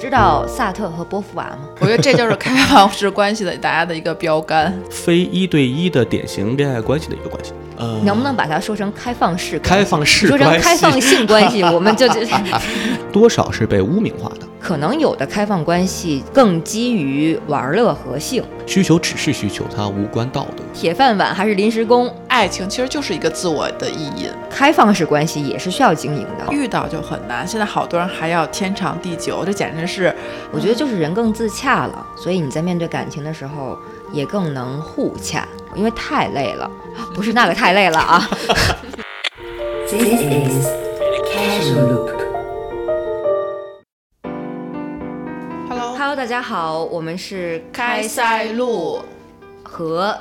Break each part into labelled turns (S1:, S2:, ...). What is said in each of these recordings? S1: 知道萨特和波伏娃吗？
S2: 我觉得这就是开放式关系的大家的一个标杆。
S3: 非一对一的典型恋爱关系的一个关系。呃，
S1: 能不能把它说成开放式关系？
S3: 开放式
S1: 说
S3: 关系？
S1: 成开放性关 系，我们就觉得
S3: 多少是被污名化的，
S1: 可能有的开放关系更基于玩乐和性，
S3: 需求只是需求，它无关道德。
S1: 铁饭碗还是临时工，
S2: 爱情其实就是一个自我的意淫，
S1: 开放式关系也是需要经营
S3: 嗯
S1: 的。
S2: 遇到就很难。现在好多人还要天长地久，这简直是
S1: 我觉得就是人更自洽了，所以你在面对感情的时候也更能互洽，因为太累了，
S3: 嗯
S1: 啊不是那个太累了 啊。
S4: This is Casual Loop.
S2: Hello
S1: Hello，大家好，我们是
S2: 开塞露。
S1: 和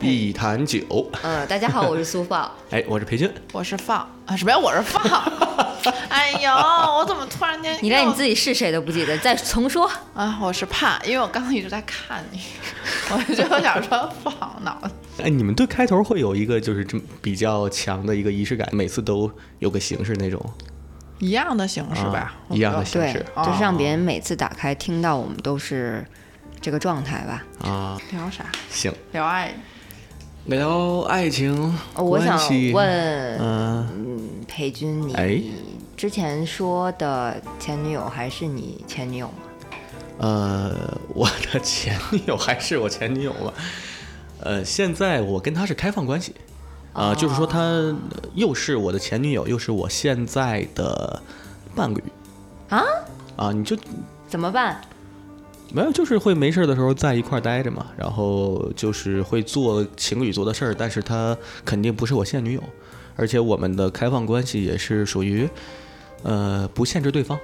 S3: 一坛酒，
S1: 呃，大家好，我是苏 放。
S3: 哎，我是裴军，
S2: 我是放啊，什么呀？我是放。 哎呦，我怎么突然间
S1: 你连你自
S2: 己
S1: 己是谁都不记得，再重说。
S2: 啊？我是怕，因为我刚刚一直在看你， 我就想说放脑子。
S3: 哎，你们对开头会有一个就是这么比较强的一个仪式感，每次都有个形式那种，
S2: 一样的形式吧
S3: 啊，
S2: 我
S3: 一样的
S2: 觉得
S1: 对，
S3: 形式啊
S1: 就是让别人每次打开听到我们都是这个状态吧。
S3: 啊。
S2: 聊啥？
S3: 行，
S2: 聊爱。
S3: 聊爱情
S1: 哦我想
S3: 关系，
S1: 问
S3: 嗯、
S1: 裴军，你
S3: 哎
S1: 之前说的前女友还是你前女友吗？
S3: 呃，我的前女友还是我前女友了。呃，现在我跟她是开放关系，啊、就是说她呃又是我的前女友，又是我现在的伴侣。
S1: 啊？
S3: 啊，你就
S1: 怎么办？
S3: 没有，就是会没事儿的时候在一块儿待着嘛，然后就是会做情侣做的事儿，但是她肯定不是我现女友，而且我们的开放关系也是属于，呃，不限制对方。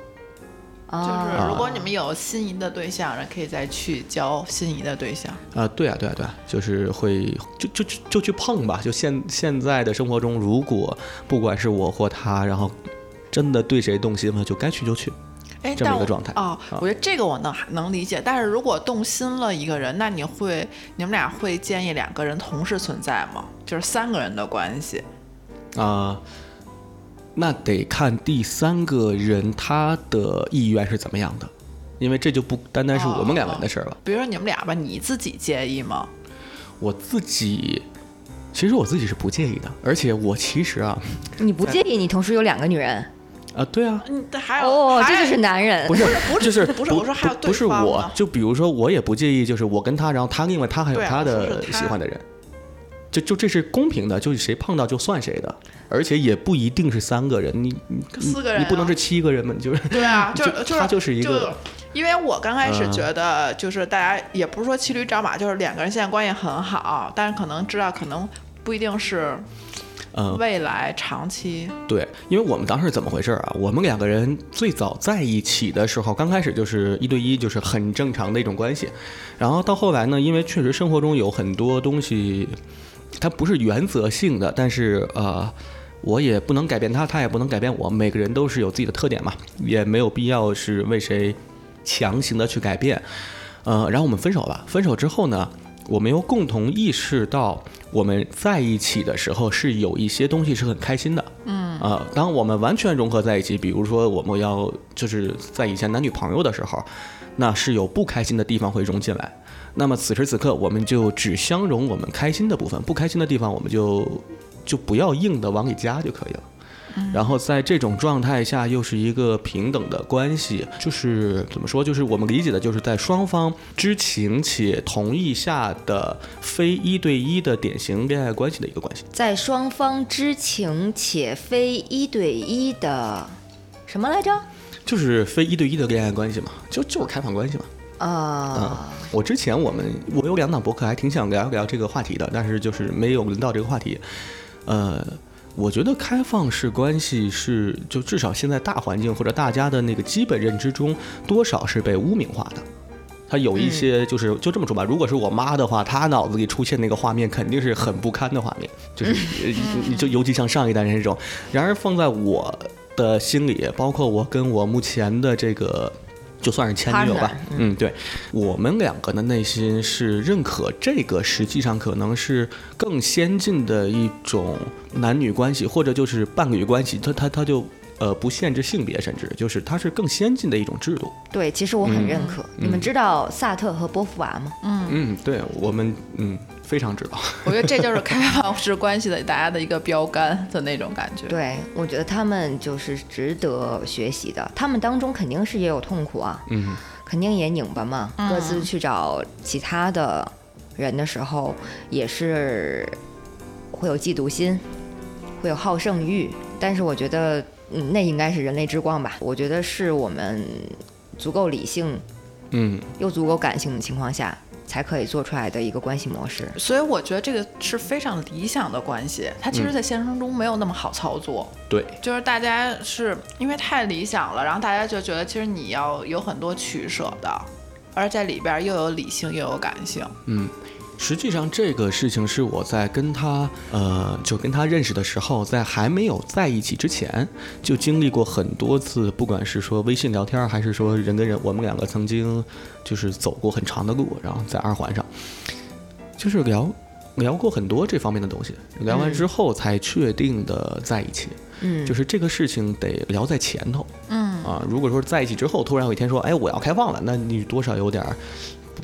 S1: 啊，
S2: 就是如果你们有心仪的对象，然后可以再去交心仪的对象。
S3: 啊，对啊，对啊，对啊，就是会就就就就去碰吧。就现现在的生活中，如果不管是我或他，然后真的对谁动心了，就该去就去。
S2: 哎，
S3: 这么
S2: 但
S3: 一个
S2: 我
S3: 状态
S2: 哦，
S3: 啊
S2: 我觉得这个我能还能理解，但是如果动心了一个人，那你会你们俩会建议两个人同时存在吗？就是三个人的关系，
S3: 啊、那得看第三个人他的意愿是怎么样的，因为这就不单单是我们两个人的事儿了。
S2: 比如说你们俩吧，你自己介意吗？
S3: 我自己，其实我自己是不介意的，而且我其实啊，
S1: 你不介意你同时有两个女人？
S3: 啊，对啊，
S2: 嗯，还有
S1: 哦，
S2: 还
S1: 这就是男人
S3: 不。是，
S2: 不
S3: 就是是
S2: 不是我说还有
S3: 不
S2: 对
S3: 不是
S2: 方
S3: 我
S2: 呢，
S3: 就比如说我也不介意，就是我跟他，然后他另外他还有
S2: 对啊
S3: 他
S2: 我说
S3: 的
S2: 是他
S3: 喜欢的人，就就这是公平的，就是谁碰到就算谁的，而且也不一定是三个人，你你
S2: 四个人啊
S3: 你不能是七个人嘛，就是
S2: 对啊，就
S3: 就
S2: 就是
S3: 他就是一个
S2: 因为我刚开始
S3: 嗯
S2: 觉得，就是大家也不是说骑驴找马，就是两个人现在关系很好，但是可能知道可能不一定是
S3: 嗯
S2: 未来长期。
S3: 对，因为我们当时怎么回事儿啊？我们两个人最早在一起的时候，刚开始就是一对一，就是很正常的一种关系。然后到后来呢，因为确实生活中有很多东西，它不是原则性的，但是呃，我也不能改变他，他也不能改变我。每个人都是有自己的特点嘛，也没有必要是为谁强行的去改变。呃，然后我们分手了。分手之后呢，我们又共同意识到，我们在一起的时候是有一些东西是很开心的。嗯啊、当我们完全融合在一起，比如说我们要就是在以前男女朋友的时候，那是有不开心的地方会融进来。那么此时此刻，我们就只相融我们开心的部分，不开心的地方我们就就不要硬的往里加就可以了。然后在这种状态下，又是一个平等的关系，就是怎么说？就是我们理解的，就是在双方知情且同意下的非一对一的典型恋爱关系的一个关系。
S1: 在双方知情且非一对一的什么来着？
S3: 就是非一对一的恋爱关系嘛，就就是开放关系嘛。
S1: 啊，
S3: 我之前我们我有两档博客，还挺想聊一聊这个话题的，但是就是没有轮到这个话题。呃，我觉得开放式关系是就至少现在大环境或者大家的那个基本认知中，多少是被污名化的。它有一些就是、就这么说吧，如果是我妈的话，她脑子里出现那个画面肯定是很不堪的画面，就是呃你 就尤其像上一代人这种。然而放在我的心里，包括我跟我目前的这个就算是前女友吧
S1: Partner，
S3: 嗯，对，我们两个的内心是认可这个，实际上可能是更先进的一种男女关系，或者就是伴侣关系，它它它就呃不限制性别，甚至就是它是更先进的一种制度。
S1: 对，其实我很认可。你们知道萨特和波伏娃吗？
S3: 嗯，对我们嗯非常知道。
S2: 我觉得这就是开放式关系的大家的一个标杆的那种感觉。
S1: 对，我觉得他们就是值得学习的。他们当中肯定是也有痛苦啊，
S3: 嗯，
S1: 肯定也拧巴嘛。各自去找其他的人的时候，也是会有嫉妒心，会有好胜欲。但是我觉得，嗯，那应该是人类之光吧。我觉得是我们足够理性
S3: 嗯，
S1: 又足够感性的情况下，才可以做出来的一个关系模式。
S2: 所以我觉得这个是非常理想的关系，它其实，在现实中没有那么好操作。
S3: 对，
S2: 就是大家是因为太理想了，然后大家就觉得其实你要有很多取舍的，而在里边儿又有理性又有感性。
S3: 实际上，这个事情是我在跟他，呃，就跟他认识的时候，在还没有在一起之前，就经历过很多次，不管是说微信聊天儿，还是说人跟人，我们两个曾经就是走过很长的路，然后在二环上，就是聊聊过很多这方面的东西，聊完之后才确定的在一起。
S1: 嗯，
S3: 就是这个事情得聊在前头。嗯啊，如果说在一起之后，突然有一天说，哎，我要开放了，那你多少有点儿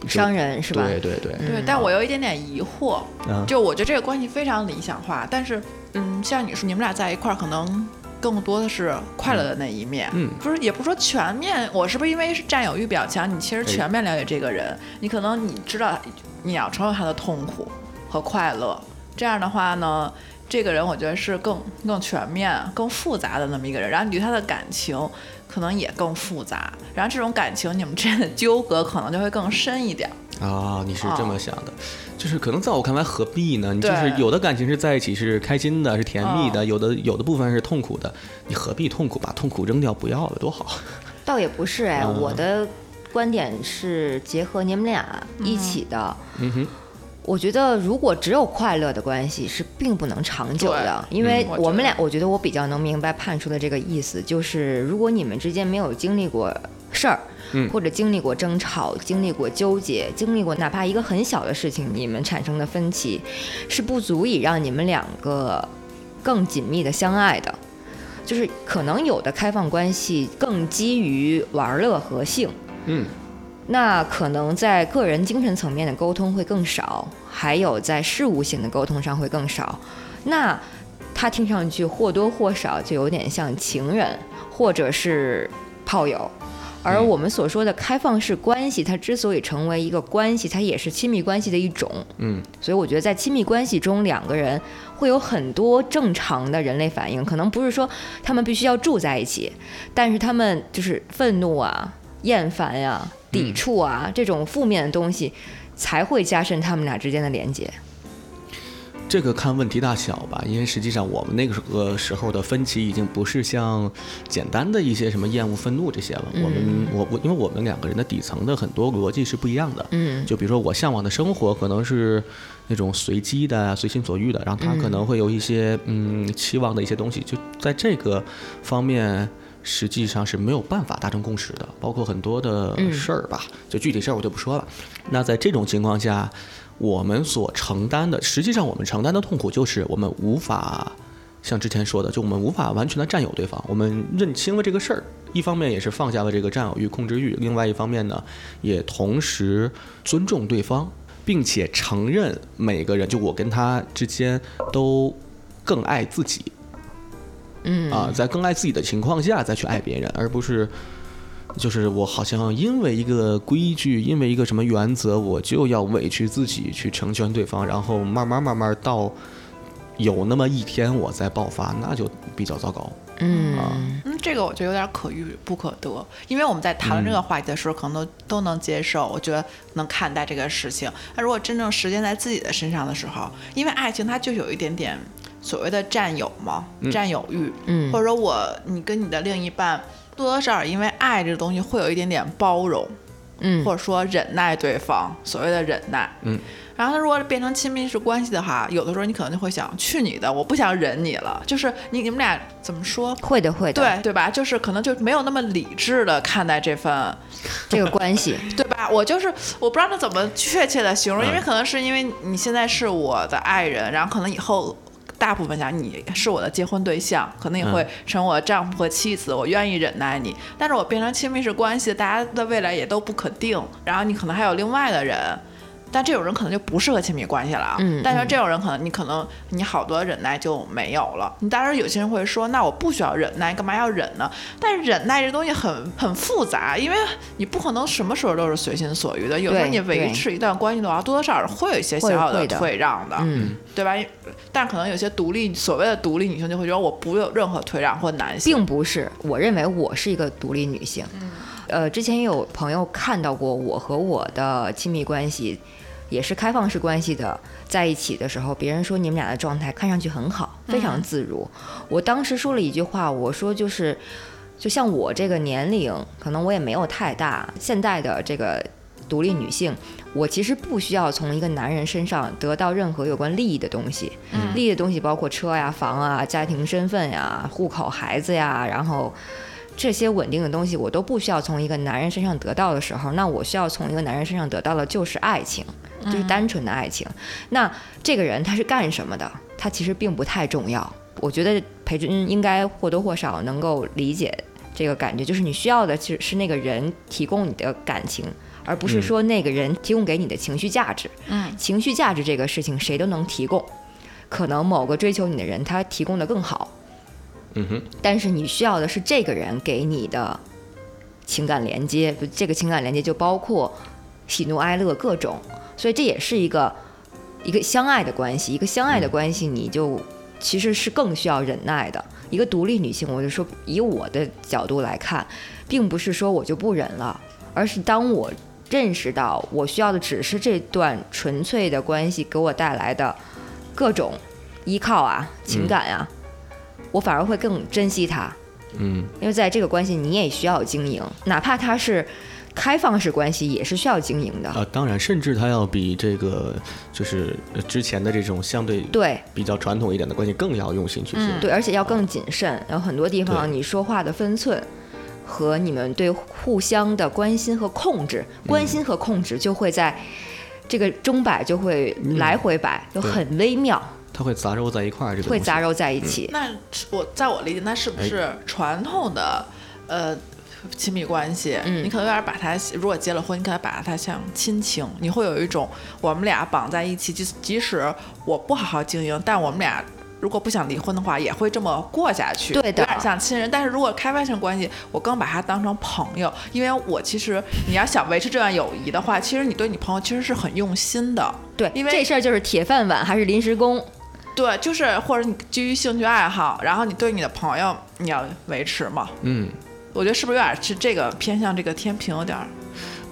S1: 伤人是吧？
S3: 对对
S1: 嗯
S3: 对，
S2: 对，但我有一点点疑惑，
S3: 嗯
S2: 就我觉得这个关系非常理想化，但是，嗯，像你说，你们俩在一块儿可能。更多的是快乐的那一面，
S3: 嗯
S2: 不是，也不是说全面。我是不是因为是占有欲比较强？你其实全面了解这个人，你可能你知道你要承受他的痛苦和快乐。这样的话呢，这个人我觉得是更更全面、更复杂的那么一个人。然后你对他的感情可能也更复杂，然后这种感情你们之间的纠葛可能就会更深一点。
S3: 啊，你是这
S2: 哦
S3: 么想的，就是可能在我看来何必呢？你就是
S2: 对
S3: 有的感情是在一起是开心的，是甜蜜的，
S2: 哦
S3: 有的有的部分是痛苦的，你何必痛苦？把痛苦扔掉不要了，多好。
S1: 倒也不是哎，
S3: 嗯
S1: 我的观点是结合你们俩一起的。
S3: 嗯哼，
S1: 我觉得如果只有快乐的关系是并不能长久的，因为
S2: 嗯我
S1: 我们
S2: 觉得
S1: 俩，我觉得我比较能明白盼叔的这个意思，就是如果你们之间没有经历过事儿。
S3: 嗯
S1: 或者经历过争吵，经历过纠结，经历过哪怕一个很小的事情，你们产生的分歧，是不足以让你们两个更紧密的相爱的。就是可能有的开放关系更基于玩乐和性，
S3: 嗯，
S1: 那可能在个人精神层面的沟通会更少，还有在事务性的沟通上会更少。那它听上去或多或少就有点像情人或者是炮友。而我们所说的开放式关系，它之所以成为一个关系，它也是亲密关系的一种。
S3: 嗯，
S1: 所以我觉得在亲密关系中，两个人会有很多正常的人类反应，可能不是说他们必须要住在一起，但是他们就是愤怒啊、厌烦呀、抵触啊、这种负面的东西，才会加深他们俩之间的连接。
S3: 这个看问题大小吧，因为实际上我们那个时呃时候的分歧已经不是像简单的一些什么厌恶、愤怒这些了。我们我我，因为我们两个人的底层的很多逻辑是不一样的。
S1: 嗯，
S3: 就比如说我向往的生活可能是那种随机的、随心所欲的，然后他可能会有一些嗯期望的一些东西，就在这个方面。实际上是没有办法达成共识的，包括很多的事儿吧，就具体事儿我就不说了。那在这种情况下，我们所承担的，实际上我们承担的痛苦就是我们无法像之前说的，就我们无法完全的占有对方，我们认清了这个事儿，一方面也是放下了这个占有欲、控制欲，另外一方面呢，也同时尊重对方，并且承认每个人，就我跟他之间都更爱自己，嗯啊，在更爱自己的情况下再去爱别人，而不是。就是我好像因为一个规矩，因为一个什么原则，我就要委屈自己去成全对方，然后慢慢慢慢到有那么一天我再爆发，那就比较糟糕。
S1: 嗯，
S2: 嗯，这个我觉得有点可遇不可得，因为我们在谈论这个
S1: 嗯
S2: 话题的时候，可能都都能接受，我觉得能看待这个事情。那如果真正实践在自己的身上的时候，因为爱情它就有一点点所谓的占有嘛，占有欲，
S1: 嗯
S2: 或者说我你跟你的另一半多多少少因为爱这个东西会有一点点包容，
S1: 嗯
S2: 或者说忍耐对方，所谓的忍耐，
S3: 嗯。
S2: 然后他如果变成亲密式关系的话，有的时候你可能就会想，去你的，我不想忍你了，就是你你们俩怎么说？
S1: 会的会的，
S2: 对对吧？就是可能就没有那么理智的看待这份
S3: 嗯
S1: 这个关系，
S2: 对吧？我就是我不知道他怎么确切的形容，
S3: 嗯
S2: 因为可能是因为你现在是我的爱人，然后可能以后大部分想你是我的结婚对象，可能也会
S3: 嗯
S2: 成我的丈夫和妻子，我愿意忍耐你。但是我变成亲密式关系，大家的未来也都不可定，然后你可能还有另外的人。但这种人可能就不适合亲密关系了啊。
S1: 嗯
S2: 但是这种人可能你可能你好多忍耐就没有了。你当然有些人会说，那我不需要忍耐，干嘛要忍呢？但是忍耐这东西很很复杂，因为你不可能什么时候都是随心所欲的。有时候
S1: 对
S2: 你维
S1: 对
S2: 持一段关系的话，多多少少会有一些小
S1: 会
S2: 小
S1: 会
S2: 的
S1: 的
S2: 退让的，
S1: 嗯，
S2: 对吧？但可能有些独立所谓的独立女性就会觉得我不有任何退让或男性。嗯
S1: 并不是，我认为我是一个独立女性。呃，之前也有朋友看到过我和我的亲密关系，也是开放式关系的，在一起的时候，别人说你们俩的状态看上去很好，非常自如。
S2: 嗯
S1: 我当时说了一句话，我说就是，就像我这个年龄，可能我也没有太大，现在的这个独立女性，我其实不需要从一个男人身上得到任何有关利益的东西。利益的东西包括车呀、房啊、家庭身份呀、户口、孩子呀，然后这些稳定的东西我都不需要从一个男人身上得到的时候，那我需要从一个男人身上得到的就是爱情，就是单纯的爱情。那这个人他是干什么的，他其实并不太重要。我觉得裴军应该或多或少能够理解这个感觉，就是你需要的是是那个人提供你的感情。而不是
S3: 嗯
S1: 说那个人提供给你的情绪价值，
S2: 嗯
S1: 情绪价值这个事情谁都能提供，可能某个追求你的人他提供的更好，
S3: 嗯哼，
S1: 但是你需要的是这个人给你的情感连接，不这个情感连接就包括喜怒哀乐各种，所以这也是一个一个相爱的关系，一个相爱的关系，你就其实是更需要忍耐的。一个独立女性，我就说以我的角度来看，并不是说我就不忍了，而是当我认识到我需要的只是这段纯粹的关系给我带来的各种依靠啊、情感啊，我反而会更珍惜它。
S3: 嗯
S1: 因为在这个关系你也需要经营，哪怕它是开放式关系，也是需要经营的。
S3: 啊，当然，甚至它要比这个就是之前的这种相对
S1: 对
S3: 比较传统一点的关系更要用心去做。
S2: 嗯
S1: 对，而且要更谨慎，有很多地方
S3: 对
S1: 你说话的分寸。和你们对互相的关心和控制，关
S3: 嗯
S1: 心和控制就会在这个钟摆就会来回摆，就
S3: 嗯对
S1: 很微妙，
S3: 它会杂糅在一块儿，这个
S1: 会
S3: 东西
S1: 杂糅
S3: 嗯
S1: 在一起。
S2: 那是我在我理解，那是
S1: 哎
S2: 不是传统的呃亲密关系？
S1: 嗯
S2: 你可能有点把它，如果结了婚，你可能把它像亲情，你会有一种我们俩绑在一起，即即使我不好好经营，但我们俩。如果不想离婚的话，也会这么过下去，
S1: 对的
S2: 有点像亲人。但是如果开放性关系，我更把它当成朋友，因为我其实你要想维持这段友谊的话，其实你对你朋友其实是很用心的，
S1: 对，
S2: 因为
S1: 这事儿就是铁饭碗还是临时工，
S2: 对，就是或者你基于兴趣爱好，然后你对你的朋友你要维持嘛，
S3: 嗯。
S2: 我觉得是不是有点是这个偏向这个天平有点儿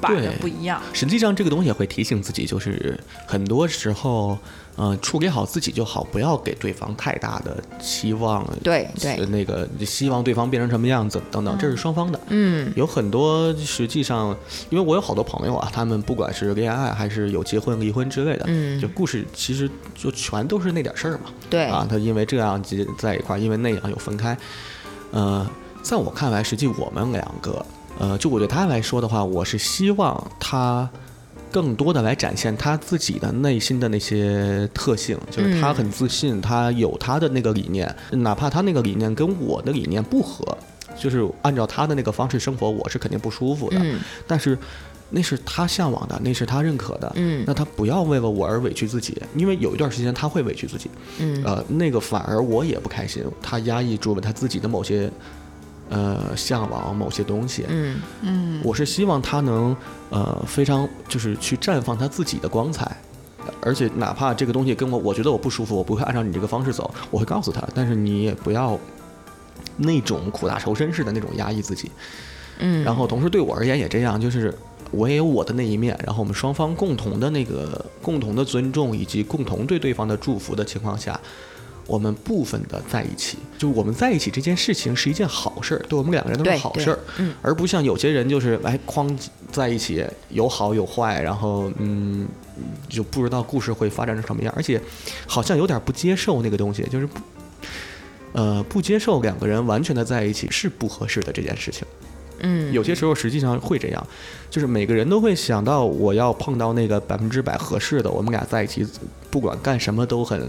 S2: 摆的
S3: 对
S2: 不一样？
S3: 实际上，这个东西也会提醒自己，就是很多时候，呃，处理好自己就好，不要给对方太大的期望。
S1: 对对
S3: 呃那个希望对方变成什么样子等等，这是双方的。
S1: 嗯，
S3: 有很多实际上，因为我有好多朋友啊，他们不管是恋爱还是有结婚、离婚之类的，
S1: 嗯
S3: 就故事其实就全都是那点事儿嘛。
S1: 对，
S3: 啊，他因为这样结在一块儿，因为那样又分开。呃，在我看来，实际我们两个，呃，就我对他来说的话，我是希望他更多的来展现他自己的内心的那些特性，就是他
S1: 嗯
S3: 很自信，他有他的那个理念，哪怕他那个理念跟我的理念不合，就是按照他的那个方式生活，我是肯定不舒服的。
S1: 嗯
S3: 但是那是他向往的，那是他认可的。
S1: 嗯
S3: 那他不要为了我而委屈自己，因为有一段时间他会委屈自己，
S1: 嗯
S3: 呃，那个反而我也不开心，他压抑住了他自己的某些呃向往某些东西。
S1: 嗯，
S3: 我是希望他能呃非常就是去绽放他自己的光彩。呃而且哪怕这个东西跟我，我觉得我不舒服，我不会按照你这个方式走，我会告诉他。但是你也不要那种苦大仇深似的那种压抑自己。
S1: 嗯
S3: 然后同时对我而言也这样，就是我也有我的那一面，然后我们双方共同的那个共同的尊重以及共同对对方的祝福的情况下，我们部分的在一起，就我们在一起这件事情是一件好事儿，对我们两个人都是
S1: 对
S3: 好
S1: 对
S3: 事儿，
S1: 嗯
S3: 而不像有些人就是哎哐在一起有好有坏，然后嗯，就不知道故事会发展成什么样，而且好像有点不接受那个东西，就是不呃不接受两个人完全的在一起是不合适的这件事情。
S1: 嗯，
S3: 有些时候实际上会这样，就是每个人都会想到我要碰到那个百分之百合适的，我们俩在一起不管干什么都很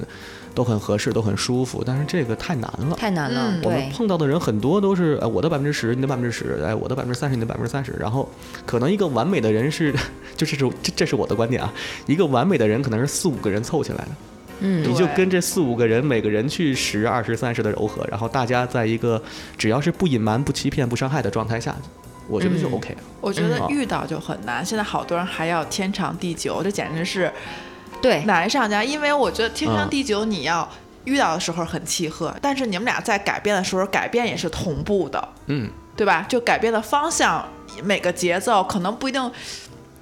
S3: 都很合适，都很舒服。但是这个太难了。
S1: 太难了，
S2: 嗯
S3: 我们
S1: 对，
S3: 碰到的人很多都是，呃，我的百分之十，你的百分之十，哎，我的百分之三十，你的百分之三十。然后，可能一个完美的人是， 就这是这这是我的观点啊，一个完美的人可能是四五个人凑起来的，
S1: 嗯
S3: 你就
S2: 对
S3: 跟这四五个人每个人去十、二十、三十的柔和，然后大家在一个只要是不隐瞒、不欺骗、不伤害的状态下，我觉得就
S1: 嗯
S3: OK 了。
S2: 我觉得
S3: 嗯
S2: 遇到就很难，现在好多人还要天长地久，这简直是
S1: 对，
S2: 难上加。因为我觉得天
S3: 嗯
S2: 长地久，你要遇到的时候很契合，但是你们俩在改变的时候，改变也是同步的，
S3: 嗯，
S2: 对吧？就改变的方向，每个节奏可能不一定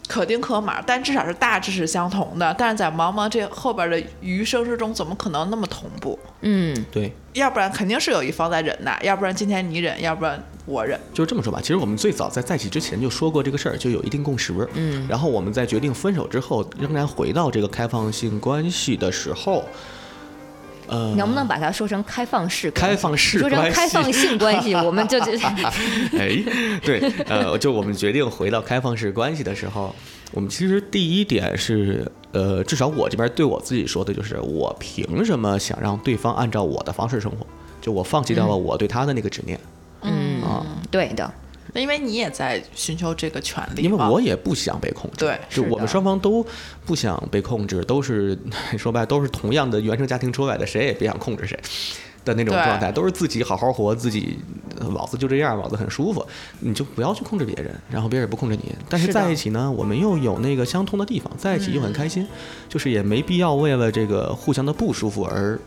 S2: 可丁可卯，但至少是大致是相同的。但是在茫茫这后边的余生之中，怎么可能那么同步？
S1: 嗯
S3: 对，
S2: 要不然肯定是有一方在忍耐，要不然今天你忍，要不然我忍。
S3: 就是这么说吧。其实我们最早在在一起之前就说过这个事儿，就有一定共识。
S1: 嗯，
S3: 然后我们在决定分手之后，仍然回到这个开放性关系的时候，呃，
S1: 能不能把它说成开放式关系？
S3: 开放式
S1: 嗯 说成
S3: 关系？
S1: 开放性关系，我们就 就
S3: 哎，对，呃，就我们决定回到开放式关系的时候，我们其实第一点是，呃，至少我这边对我自己说的就是，我凭什么想让对方按照我的方式生活？就我放弃掉了我对他的那个执念、
S1: 嗯，
S3: 啊，
S1: 对的，
S2: 因为你也在寻求这个权利嘛，
S3: 因为我也不想被控制。
S2: 对
S3: 就是我们
S2: 的
S3: 双方都不想被控制，都是 说白了都是同样的原生家庭出来的，谁也别想控制谁的那种
S2: 对
S3: 状态，都是自己好好活，自己呃老子就这样，老子很舒服，你就不要去控制别人，然后别人也不控制你。但是
S1: 是的
S3: 在一起呢，我们又有那个相通的地方，在一起又很开心，就是也没必要为了这个互相的不舒服而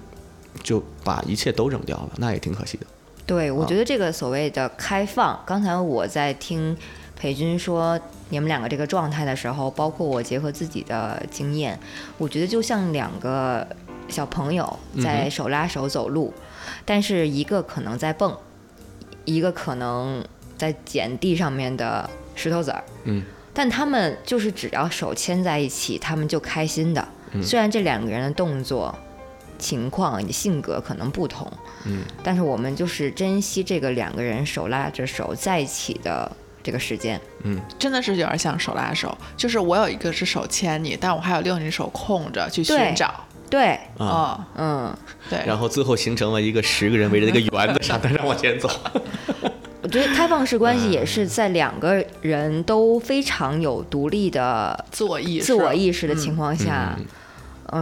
S3: 就把一切都扔掉了，那也挺可惜的。
S1: 对，我
S3: 啊
S1: 觉得这个所谓的开放，刚才我在听裴军说你们两个这个状态的时候，包括我结合自己的经验，我觉得就像两个小朋友
S3: 嗯哼
S1: 在手拉手走路，但是一个可能在蹦，一个可能在捡地上面的石头子儿，
S3: 嗯，
S1: 但他们就是只要手牵在一起，他们就开心的。虽然这两个人的动作、情况、性格可能不同，
S3: 嗯，
S1: 但是我们就是珍惜这个两个人手拉着手在一起的这个时间。
S2: 真的是有点像手拉手，就是我有一个是手牵你，但我还有另一只手空着去寻
S1: 对
S2: 找。
S1: 对，
S3: 啊。
S2: 啊、
S1: 嗯，
S2: 对。
S3: 然后最后形成了一个十个人围着一个圆子上， 他让往前走。
S1: 我觉得开放式关系也是在两个人都非常有独立的
S2: 自我意识，
S1: 自我意识的情况下
S3: 嗯，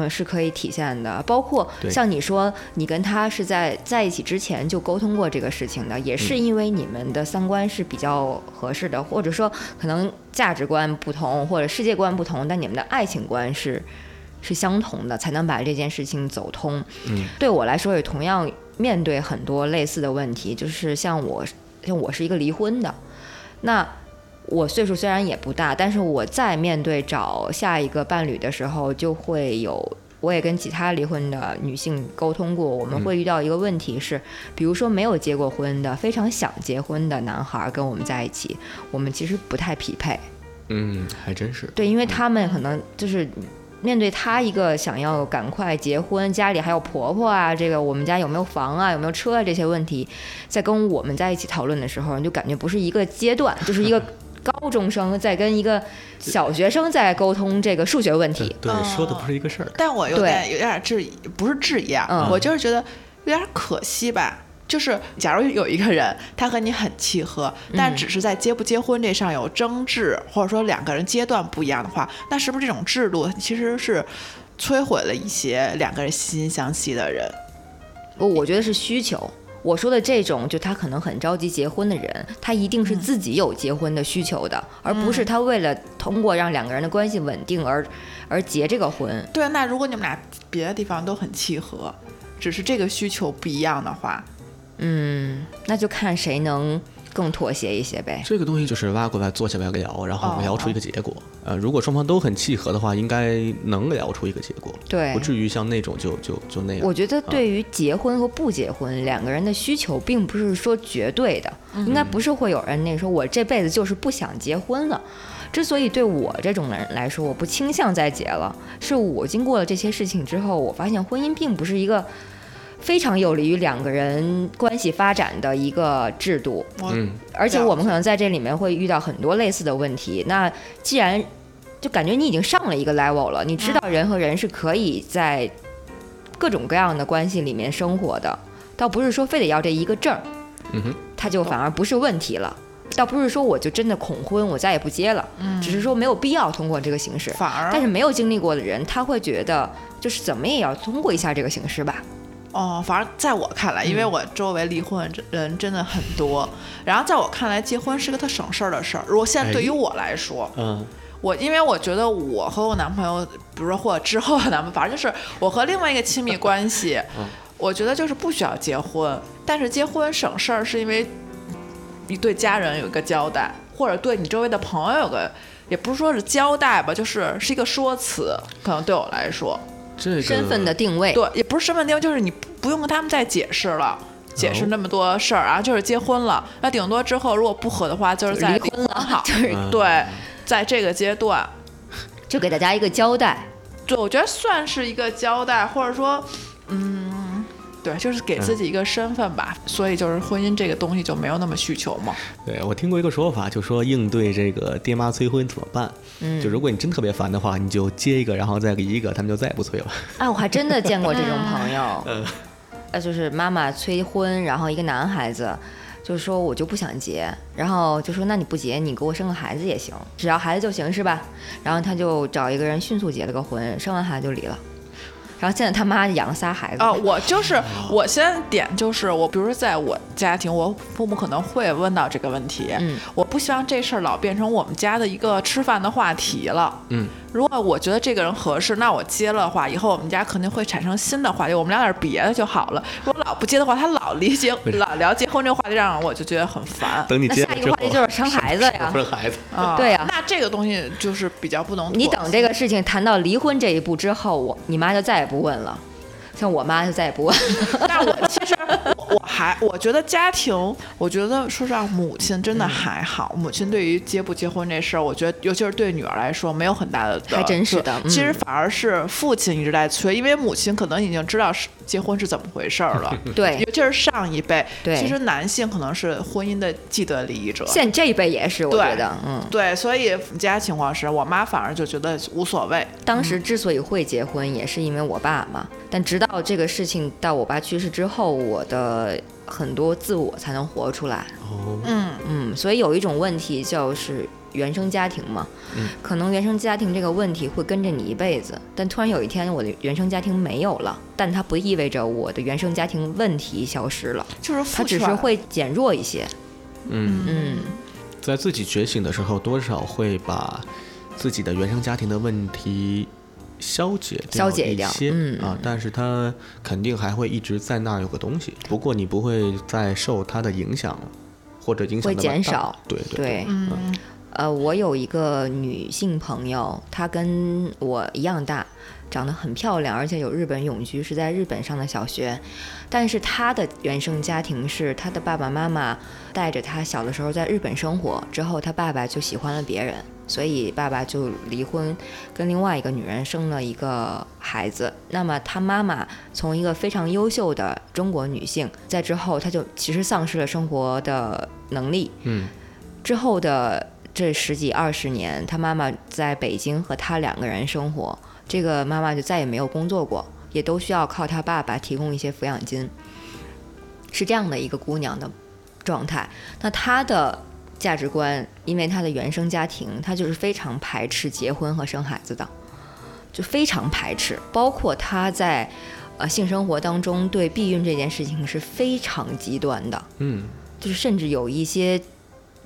S1: 嗯，是可以体现的。包括
S3: 对
S1: 像你说，你跟他是在在一起之前就沟通过这个事情的，也
S3: 嗯
S1: 是因为你们的三观是比较合适的，或者说可能价值观不同或者世界观不同，但你们的爱情观是是相同的，才能把这件事情走通。
S3: 嗯，
S1: 对我来说也同样面对很多类似的问题，就是像我，像我是一个离婚的，那我岁数虽然也不大，但是我在面对找下一个伴侣的时候，就会有。我也跟其他离婚的女性沟通过，我们会遇到一个问题是，比如说没有结过婚的、非常想结婚的男孩儿跟我们在一起，我们其实不太匹配。
S3: 嗯，还真是。
S1: 对，因为他们可能就是面对他一个想要赶快结婚，家里还有婆婆啊，这个我们家有没有房啊，有没有车啊这些问题，在跟我们在一起讨论的时候，你就感觉不是一个阶段，就是一个高中生在跟一个小学生在沟通这个数学问题。
S3: 对，说的不是一个事儿。
S2: 但我有
S1: 对
S2: 点有点质疑，不是质疑啊，
S1: 嗯
S2: 我就是觉得有点可惜吧。就是假如有一个人他和你很契合，
S1: 嗯
S2: 但只是在结不结婚这上有争执，或者说两个人阶段不一样的话，那是不是这种制度其实是摧毁了一些两个人惺惺相惜的人？
S1: 我我觉得是需求。我说的这种，就他可能很着急结婚的人，他一定是自己有结婚的需求的，而不是他为了通过让两个人的关系稳定而而结这个婚。
S2: 对，那如果你们俩别的地方都很契合，只是这个需求不一样的话，
S1: 嗯，那就看谁能更妥协一些呗。
S3: 这个东西就是挖过来坐下来聊，然
S2: 哦
S3: 后聊出一个结果。呃，如果双方都很契合的话，应该能聊出一个结果，
S1: 对
S3: 不，至啊于像那种就就就那样。
S1: 我觉得对于结婚和不结婚，两个人的需求并不是说绝对的，应该不是会有人那说我这辈子就是不想结婚了，之所以对我这种人来说，我不倾向再结了，是我经过了这些事情之后，我发现婚姻并不是一个非常有利于两个人关系发展的一个制度，
S2: 我
S3: 嗯，
S1: 而且
S2: 了
S1: 我们可能在这里面会遇到很多类似的问题。那既然就感觉你已经上了一个 level 了，你知
S3: 嗯
S1: 道人和人是可以在各种各样的关系里面生活的，倒不是说非得要这一个证儿，
S3: 嗯哼，
S1: 它就反而不是问题了。倒不是说我就真的恐婚，我再也不结了，
S3: 嗯
S1: 只是说没有必要通过这个形式。
S2: 反而
S1: 但是没有经历过的人，他会觉得就是怎么也要通过一下这个形式吧。
S2: 哦，反正在我看来，因
S3: 嗯
S2: 为我周围离婚的人真的很多，然后在我看来，结婚是个特省事儿的事儿。如果现在
S3: 哎
S2: 对于我来说，
S3: 嗯，
S2: 我因为我觉得我和我男朋友，比如说或者之后的男朋友，反 正就是我和另外一个亲密关系
S3: 嗯，
S2: 我觉得就是不需要结婚。但是结婚省事儿，是因为你对家人有一个交代，或者对你周围的朋友有个，也不是说是交代吧，就是是一个说辞。可能对我来说，
S3: 这个
S1: 身份的定位，
S2: 对，也不是身份定位，就是你不不用跟他们再解释了。解释那么多事儿，然后就是结婚了，那顶多之后如果不合的话，就是在
S1: 离婚了
S2: 好，
S1: 就是
S3: 嗯
S2: 对，在这个阶段，
S1: 就给大家一个交代。
S2: 对，我觉得算是一个交代，或者说，嗯，对，就是给自己一个身份吧。所以就是婚姻这个东西就没有那么需求嘛。
S3: 对我听过一个说法，就说应对这个爹妈催婚怎么办？嗯，就如果你真特别烦的话，你就接一个，然后再离一个，他们就再也不催了。
S1: 哎，我还真的见过这种朋友，呃，就是妈妈催婚，然后一个男孩子就说我就不想结，然后就说那你不结，你给我生个孩子也行，只要孩子就行是吧？然后他就找一个人迅速结了个婚，生完孩子就离了。然后现在他妈养了仨孩子，
S2: 啊，我就是我现在点就是我，比如说在我家庭，我父母可能会问到这个问题，
S1: 嗯，
S2: 我不希望这事儿老变成我们家的一个吃饭的话题了，
S3: 嗯，
S2: 如果我觉得这个人合适，那我接了的话，以后我们家肯定会产生新的话题，我们聊点别的就好了。我老不接的话，他老离结
S3: 是
S2: 老聊结婚这个话题，让我就觉得很烦。
S3: 等你
S1: 那
S3: 接
S1: 下
S3: 了
S1: 一
S3: 之
S1: 个
S3: 后
S1: 话，题就是生孩子呀。
S3: 生孩子，
S2: 啊
S1: 对呀
S2: 那这个东西就是比较不能。
S1: 你等这个事情谈到离婚这一步之后，我你妈就再也不问了，像我妈就再也不问了。
S2: 但我其实我我还我觉得家庭，我觉得说实话，母亲真的
S1: 嗯
S2: 还好。母亲对于结不结婚这事儿，我觉得尤其是对女儿来说，没有很大的
S1: 还真是的嗯
S2: 对其实反而是父亲一直在催，因为母亲可能已经知道是结婚是怎么回事儿 了。
S1: 对
S2: 尤，其是上一辈，
S1: 对
S2: 其实男性可能是婚姻的既得利益者。
S1: 现在这一辈也是，我
S2: 对
S1: 觉得，嗯。
S2: 对，所以我们家情况是我妈反而就觉得无所谓，
S1: 当时之所以会结婚，也是因为我爸嘛。但直到这个事情到我爸去世之后，我的很多自我才能活出来。
S3: 哦，
S2: 嗯，
S1: 嗯，所以有一种问题就是原生家庭嘛，可能原生家庭这个问题会跟着你一辈子。但突然有一天，我的原生家庭没有了，但它不意味着我的原生家庭问题消失了，
S2: 就是
S1: 它
S2: 父
S1: 只
S2: 权。
S1: 是会减弱一些。
S3: 嗯，
S1: 嗯，
S3: 在自己觉醒的时候，多少会把自己的原生家庭的问题消解掉
S1: 消解
S3: 一
S1: 掉
S3: 些
S1: 嗯
S3: 啊，但是它肯定还会一直在那儿有个东西，不过你不会再受它的影响了，或者影响
S1: 会
S3: 得
S1: 减
S3: 蛮大
S1: 少，
S3: 对对
S1: 对，
S2: 嗯
S1: 呃，我有一个女性朋友，她跟我一样大，长得很漂亮，而且有日本永居，是在日本上的小学。但是她的原生家庭是她的爸爸妈妈带着她小的时候在日本生活，之后她爸爸就喜欢了别人，所以爸爸就离婚，跟另外一个女人生了一个孩子。那么她妈妈从一个非常优秀的中国女性，在之后她就其实丧失了生活的能力，
S3: 嗯，
S1: 之后的这十几二十年，他妈妈在北京和他两个人生活，这个妈妈就再也没有工作过，也都需要靠他爸爸提供一些抚养金，是这样的一个姑娘的状态。那她的价值观，因为她的原生家庭，她就是非常排斥结婚和生孩子的，就非常排斥，包括她在。呃，性生活当中对避孕这件事情是非常极端的，
S3: 嗯，
S1: 就是甚至有一些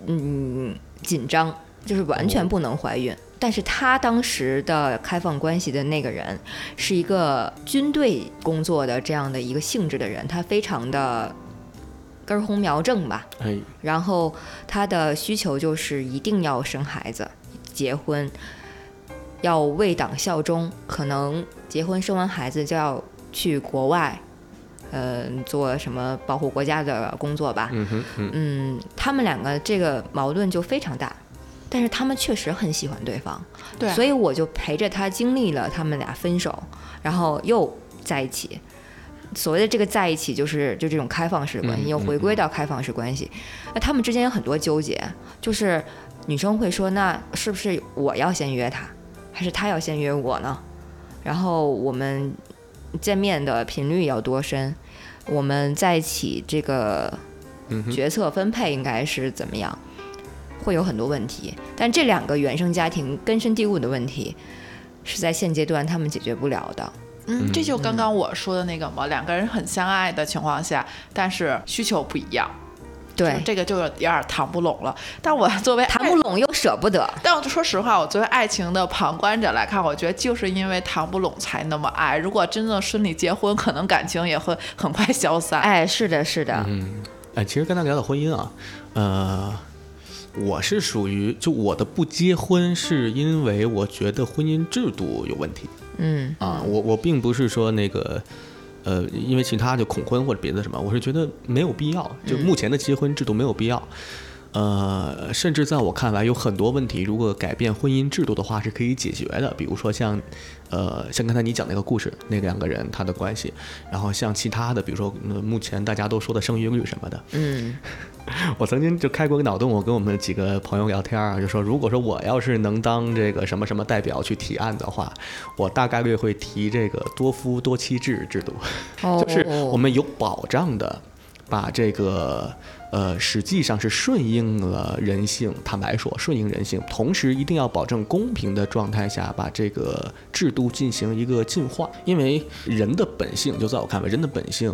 S1: 嗯紧张，就是完全不能怀孕。但是他当时的开放关系的那个人是一个军队工作的这样的一个性质的人，他非常的根红苗正吧，
S3: 哎，
S1: 然后他的需求就是一定要生孩子、结婚，要为党效忠，可能结婚生完孩子就要去国外，呃，做什么保护国家的工作吧。
S3: 嗯哼，嗯
S1: 嗯，他们两个这个矛盾就非常大。但是他们确实很喜欢对方，
S2: 对
S1: 所以我就陪着他经历了他们俩分手，然后又在一起。所谓的这个在一起，就是就这种开放式的关系，
S3: 嗯
S1: 又回归到开放式关系。那他们之间有很多纠结，就是女生会说，那是不是我要先约他，还是他要先约我呢？然后我们见面的频率要多深？我们在一起这个
S3: 嗯哼，
S1: 决策分配应该是怎么样，会有很多问题。但这两个原生家庭根深蒂固的问题，是在现阶段他们解决不了的。
S2: 嗯，这就刚刚我说的那个嘛，两个人很相爱的情况下，但是需求不一样，
S1: 对，
S2: 这个就有点儿谈不拢了。但我作为
S1: 谈不拢又舍不得。
S2: 但我就说实话，我作为爱情的旁观者来看，我觉得就是因为谈不拢才那么爱。如果真的顺利结婚，可能感情也会很快消散。
S1: 哎，是的，是的，
S3: 哎，其实跟他聊到婚姻啊，呃，我是属于就我的不结婚，是因为我觉得婚姻制度有问题
S1: 嗯，
S3: 啊，我我并不是说那个。呃，因为其他就恐婚或者别的什么，我是觉得没有必要，就目前的结婚制度没有必要。呃，甚至在我看来，有很多问题，如果改变婚姻制度的话，是可以解决的。比如说像，呃，像刚才你讲那个故事，那两个人他的关系，然后像其他的，比如说、呃目前大家都说的生育率什么的，嗯， 我曾经就开过个脑洞，我跟我们几个朋友聊天啊，就说如果说我要是能当这个什么什么代表去提案的话，我大概率会提这个多夫多妻制制度。
S1: 哦，
S3: 嗯就是我们有保障的，把这个呃，实际上是顺应了人性。坦白说，顺应人性，同时一定要保证公平的状态下，把这个制度进行一个进化。因为人的本性，就在我看来，人的本性。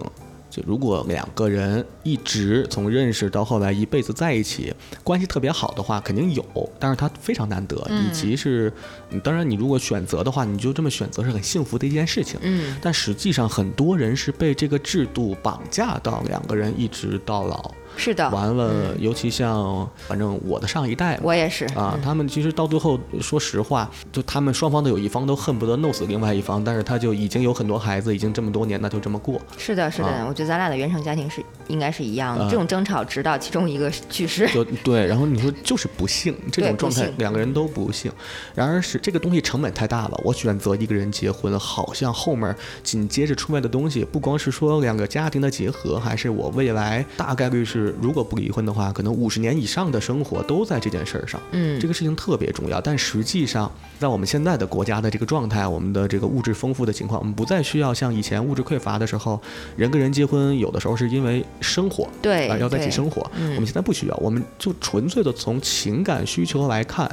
S3: 就如果两个人一直从认识到后来一辈子在一起，关系特别好的话，肯定有，但是它非常难得，以及是，嗯当然你如果选择的话，你就这么选择是很幸福的一件事情。
S1: 嗯，
S3: 但实际上，很多人是被这个制度绑架到两个人一直到老。
S1: 是的，
S3: 完了，尤其像反正我的上一代嘛
S1: 我也是。
S3: 啊，他们其实到最后，说实话，就他们双方都有一方都恨不得弄死另外一方，但是他就已经有很多孩子，已经这么多年，那就这么过。
S1: 是的，是的，
S3: 啊
S1: 我觉得咱俩的原生家庭是应该是一样的。
S3: 啊
S1: 这种争吵直到其中一个去世，
S3: 就对，然后你说就是不幸这
S1: 对
S3: 种
S1: 不
S3: 状态
S1: 幸，
S3: 两个人都不幸。然而是这个东西成本太大了，我选择一个人结婚，好像后面紧接着出来的东西，不光是说两个家庭的结合，还是我未来大概率是如果不离婚的话，可能五十年以上的生活都在这件事儿上。
S1: 嗯
S3: 这个事情特别重要，但实际上在我们现在的国家的这个状态，我们的这个物质丰富的情况，我们不再需要像以前物质匮乏的时候，人跟人结婚有的时候是因为生活，
S1: 对
S3: 啊要在一起
S1: 对
S3: 生活。
S1: 嗯
S3: 我们现在不需要，我们就纯粹的从情感需求来看，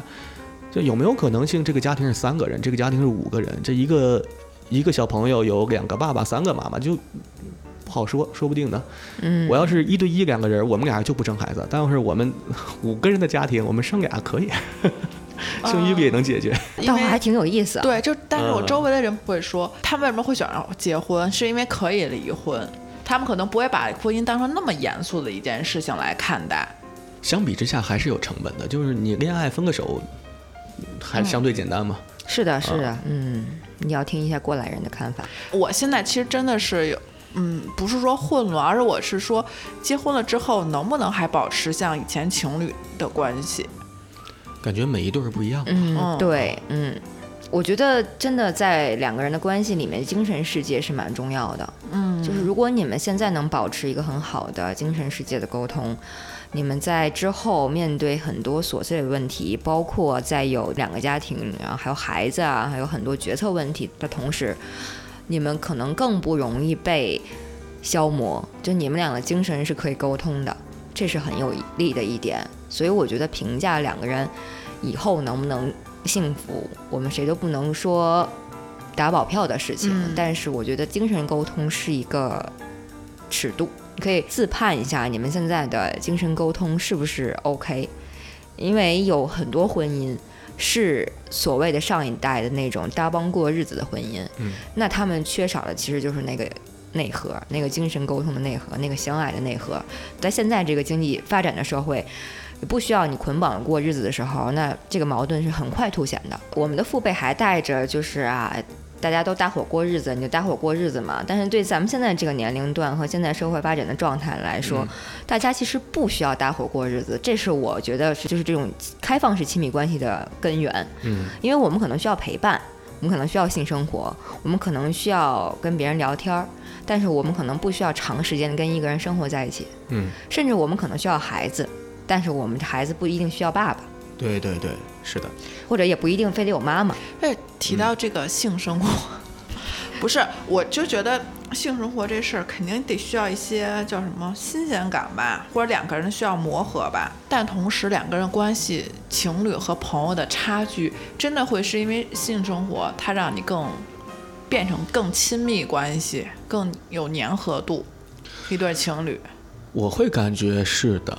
S3: 就有没有可能性，这个家庭是三个人，这个家庭是五个人，这一个一个小朋友有两个爸爸，三个妈妈，就不好说，说不定呢。
S1: 嗯
S3: 我要是一对一两个人，我们俩就不生孩子，但要是我们 五个人的家庭，我们生俩可以， 生育率也能解决。
S2: 因
S1: 倒
S2: 为
S1: 还挺有意思啊。
S2: 对，就但是我
S3: 嗯
S2: 周围的人不会说，他们为什么会想要结婚，是因为可以离婚，他们可能不会把婚姻当成那么严肃的一件事情来看待。
S3: 相比之下，还是有成本的，就是你恋爱分个手，
S1: 嗯
S3: 还相对简单嘛。
S1: 是的，是的，嗯，你要听一下过来人的看法。
S2: 我现在其实真的是有，嗯，不是说混乱，而是我是说，结婚了之后能不能还保持像以前情侣的关系？
S3: 感觉每一对儿不一样。
S1: 嗯，
S2: 嗯
S1: 对，嗯，我觉得真的在两个人的关系里面，精神世界是蛮重要的。嗯，就是如果你们现在能保持一个很好的精神世界的沟通，你们在之后面对很多琐碎的问题，包括在有两个家庭，然后还有孩子啊，还有很多决策问题的同时，你们可能更不容易被消磨，就你们俩的精神是可以沟通的，这是很有利的一点。所以我觉得评价两个人以后能不能幸福，我们谁都不能说打保票的事情。
S2: 嗯
S1: 但是我觉得精神沟通是一个尺度，你可以自判一下你们现在的精神沟通是不是 OK，因为有很多婚姻。是所谓的上一代的那种搭帮过日子的婚姻，那他们缺少的其实就是那个内核，那个精神沟通的内核，那个相爱的内核。在现在这个经济发展的社会，不需要你捆绑过日子的时候，那这个矛盾是很快凸显的。我们的父辈还带着就是啊，大家都搭伙过日子，你就搭伙过日子嘛。但是对咱们现在这个年龄段和现在社会发展的状态来说，大家其实不需要搭伙过日子，这是我觉得是就是这种开放式亲密关系的根源。
S3: 嗯，
S1: 因为我们可能需要陪伴，我们可能需要性生活，我们可能需要跟别人聊天儿，但是我们可能不需要长时间的跟一个人生活在一起。
S3: 嗯，
S1: 甚至我们可能需要孩子，但是我们孩子不一定需要爸爸，
S3: 对对对，是的，
S1: 或者也不一定非得有妈妈。
S2: 哎，提到这个性生活， 不是，我就觉得性生活这事儿肯定得需要一些叫什么新鲜感吧，或者两个人需要磨合吧。但同时，两个人关系、情侣和朋友的差距，真的会是因为性生活它让你更变成更亲密关系，更有粘合度。一对情侣，
S3: 我会感觉是的。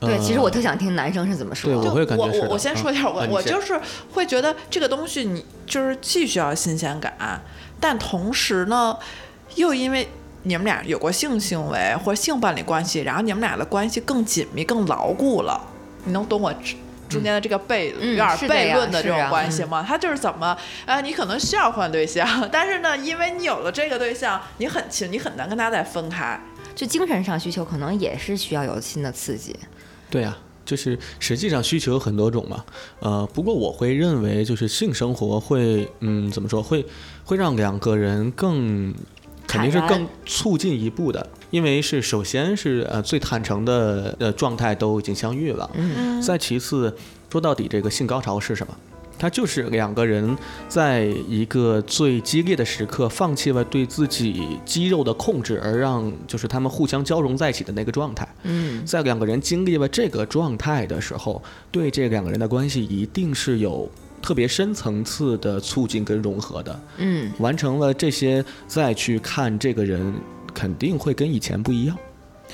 S1: 对，
S3: 呃
S1: 其实我特想听男生是怎么说
S3: 对
S1: 的。
S3: 我会感觉
S2: 我
S3: 是
S2: 我
S3: 的
S2: 我先说一下，
S3: 嗯
S2: 我、
S3: 啊你
S2: 我
S3: 先
S2: 就是会觉得这个东西你就是既需要新鲜感，但同时呢，又因为你们俩有过性行为或者性伴侣关系，然后你们俩的关系更紧密、更牢固了。你能懂我
S3: 嗯
S2: 之中间的这个悖、
S1: 嗯
S2: 有点
S1: 是的
S2: 悖
S1: 呀
S2: 论的这
S1: 是
S2: 种
S1: 啊
S2: 关系吗？他就是怎么呃，你可能需要换对象，但是呢，因为你有了这个对象，你很亲，你很难跟他再分开。
S1: 就精神上需求可能也是需要有新的刺激。
S3: 对啊，就是实际上需求有很多种嘛。呃，不过我会认为，就是性生活会，嗯，怎么说，会会让两个人更。肯定是
S1: 坦然
S3: 更促进一步的，因为是首先是呃最坦诚的呃状态都已经相遇了，
S2: 嗯
S3: 再其次说到底这个性高潮是什么？它就是两个人在一个最激烈的时刻放弃了对自己肌肉的控制，而让就是他们互相交融在一起的那个状态。
S1: 嗯，
S3: 在两个人经历了这个状态的时候，对这两个人的关系一定是有特别深层次的促进跟融合的。
S1: 嗯，
S3: 完成了这些，再去看这个人，肯定会跟以前不一样。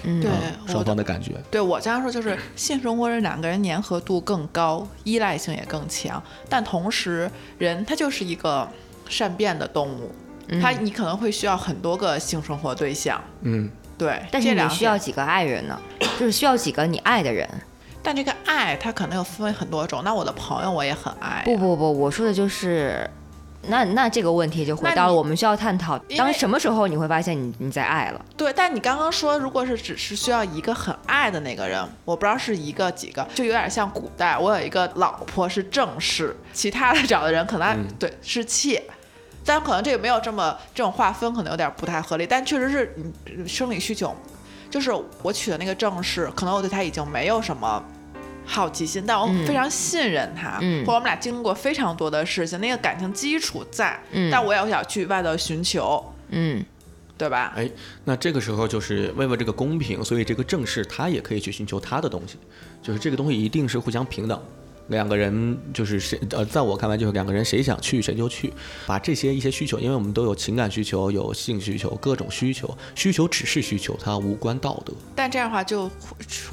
S1: 嗯
S2: 对
S3: 啊，
S2: 我
S3: 双方的感觉。
S2: 对我这样说就是性生活是两个人粘合度更高，依赖性也更强，但同时人他就是一个善变的动物，
S1: 嗯
S2: 他你可能会需要很多个性生活对象，
S3: 嗯，
S2: 对，
S1: 但是
S2: 这
S1: 你
S2: 两
S1: 需要
S2: 点，
S1: 几个爱人呢？就是需要几个你爱的人。
S2: 但这个爱它可能又分为很多种。那我的朋友我也很爱，
S1: 不，不不，我说的就是，那那这个问题就回
S2: 那
S1: 到了
S2: 你
S1: 我们需要探讨，
S2: 因为
S1: 当什么时候你会发现你你在爱了？
S2: 对，但你刚刚说如果是只是需要一个很爱的那个人，我不知道是一个几个，就有点像古代我有一个老婆是正室，其他的找的人可能还、对是妾。但可能这个没有这么这种划分，可能有点不太合理。但确实是你生理需求，就是我娶的那个正室，可能我对他已经没有什么好奇心，但我
S1: 嗯
S2: 非常信任他，
S1: 嗯
S2: 或者我们俩经历过非常多的事情，那个感情基础在，
S1: 嗯
S2: 但我也想去外头寻求，
S1: 嗯，
S2: 对吧？
S3: 哎，那这个时候就是为了这个公平，所以这个正室他也可以去寻求他的东西，就是这个东西一定是互相平等。两个人就是谁呃，在我看来就是两个人谁想去谁就去，把这些一些需求，因为我们都有情感需求、有性需求、各种需求，需求只是需求，它无关道德。
S2: 但这样的话就会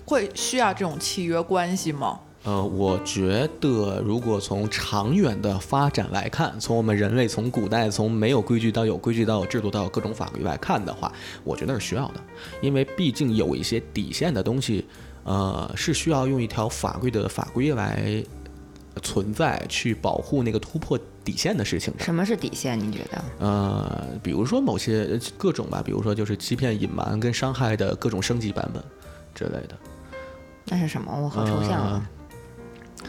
S2: 会需要这种契约关系吗？
S3: 呃，我觉得如果从长远的发展来看，从我们人类从古代从没有规矩到有规矩到有制度到有各种法律来看的话，我觉得是需要的，因为毕竟有一些底线的东西，呃，是需要用一条法律的法规来存在去保护那个突破底线的事情的。
S1: 什么是底线？你觉得？
S3: 呃，比如说某些呃各种吧，比如说就是欺骗、隐瞒跟伤害的各种升级版本之类的。
S1: 那是什么？我好抽象啊。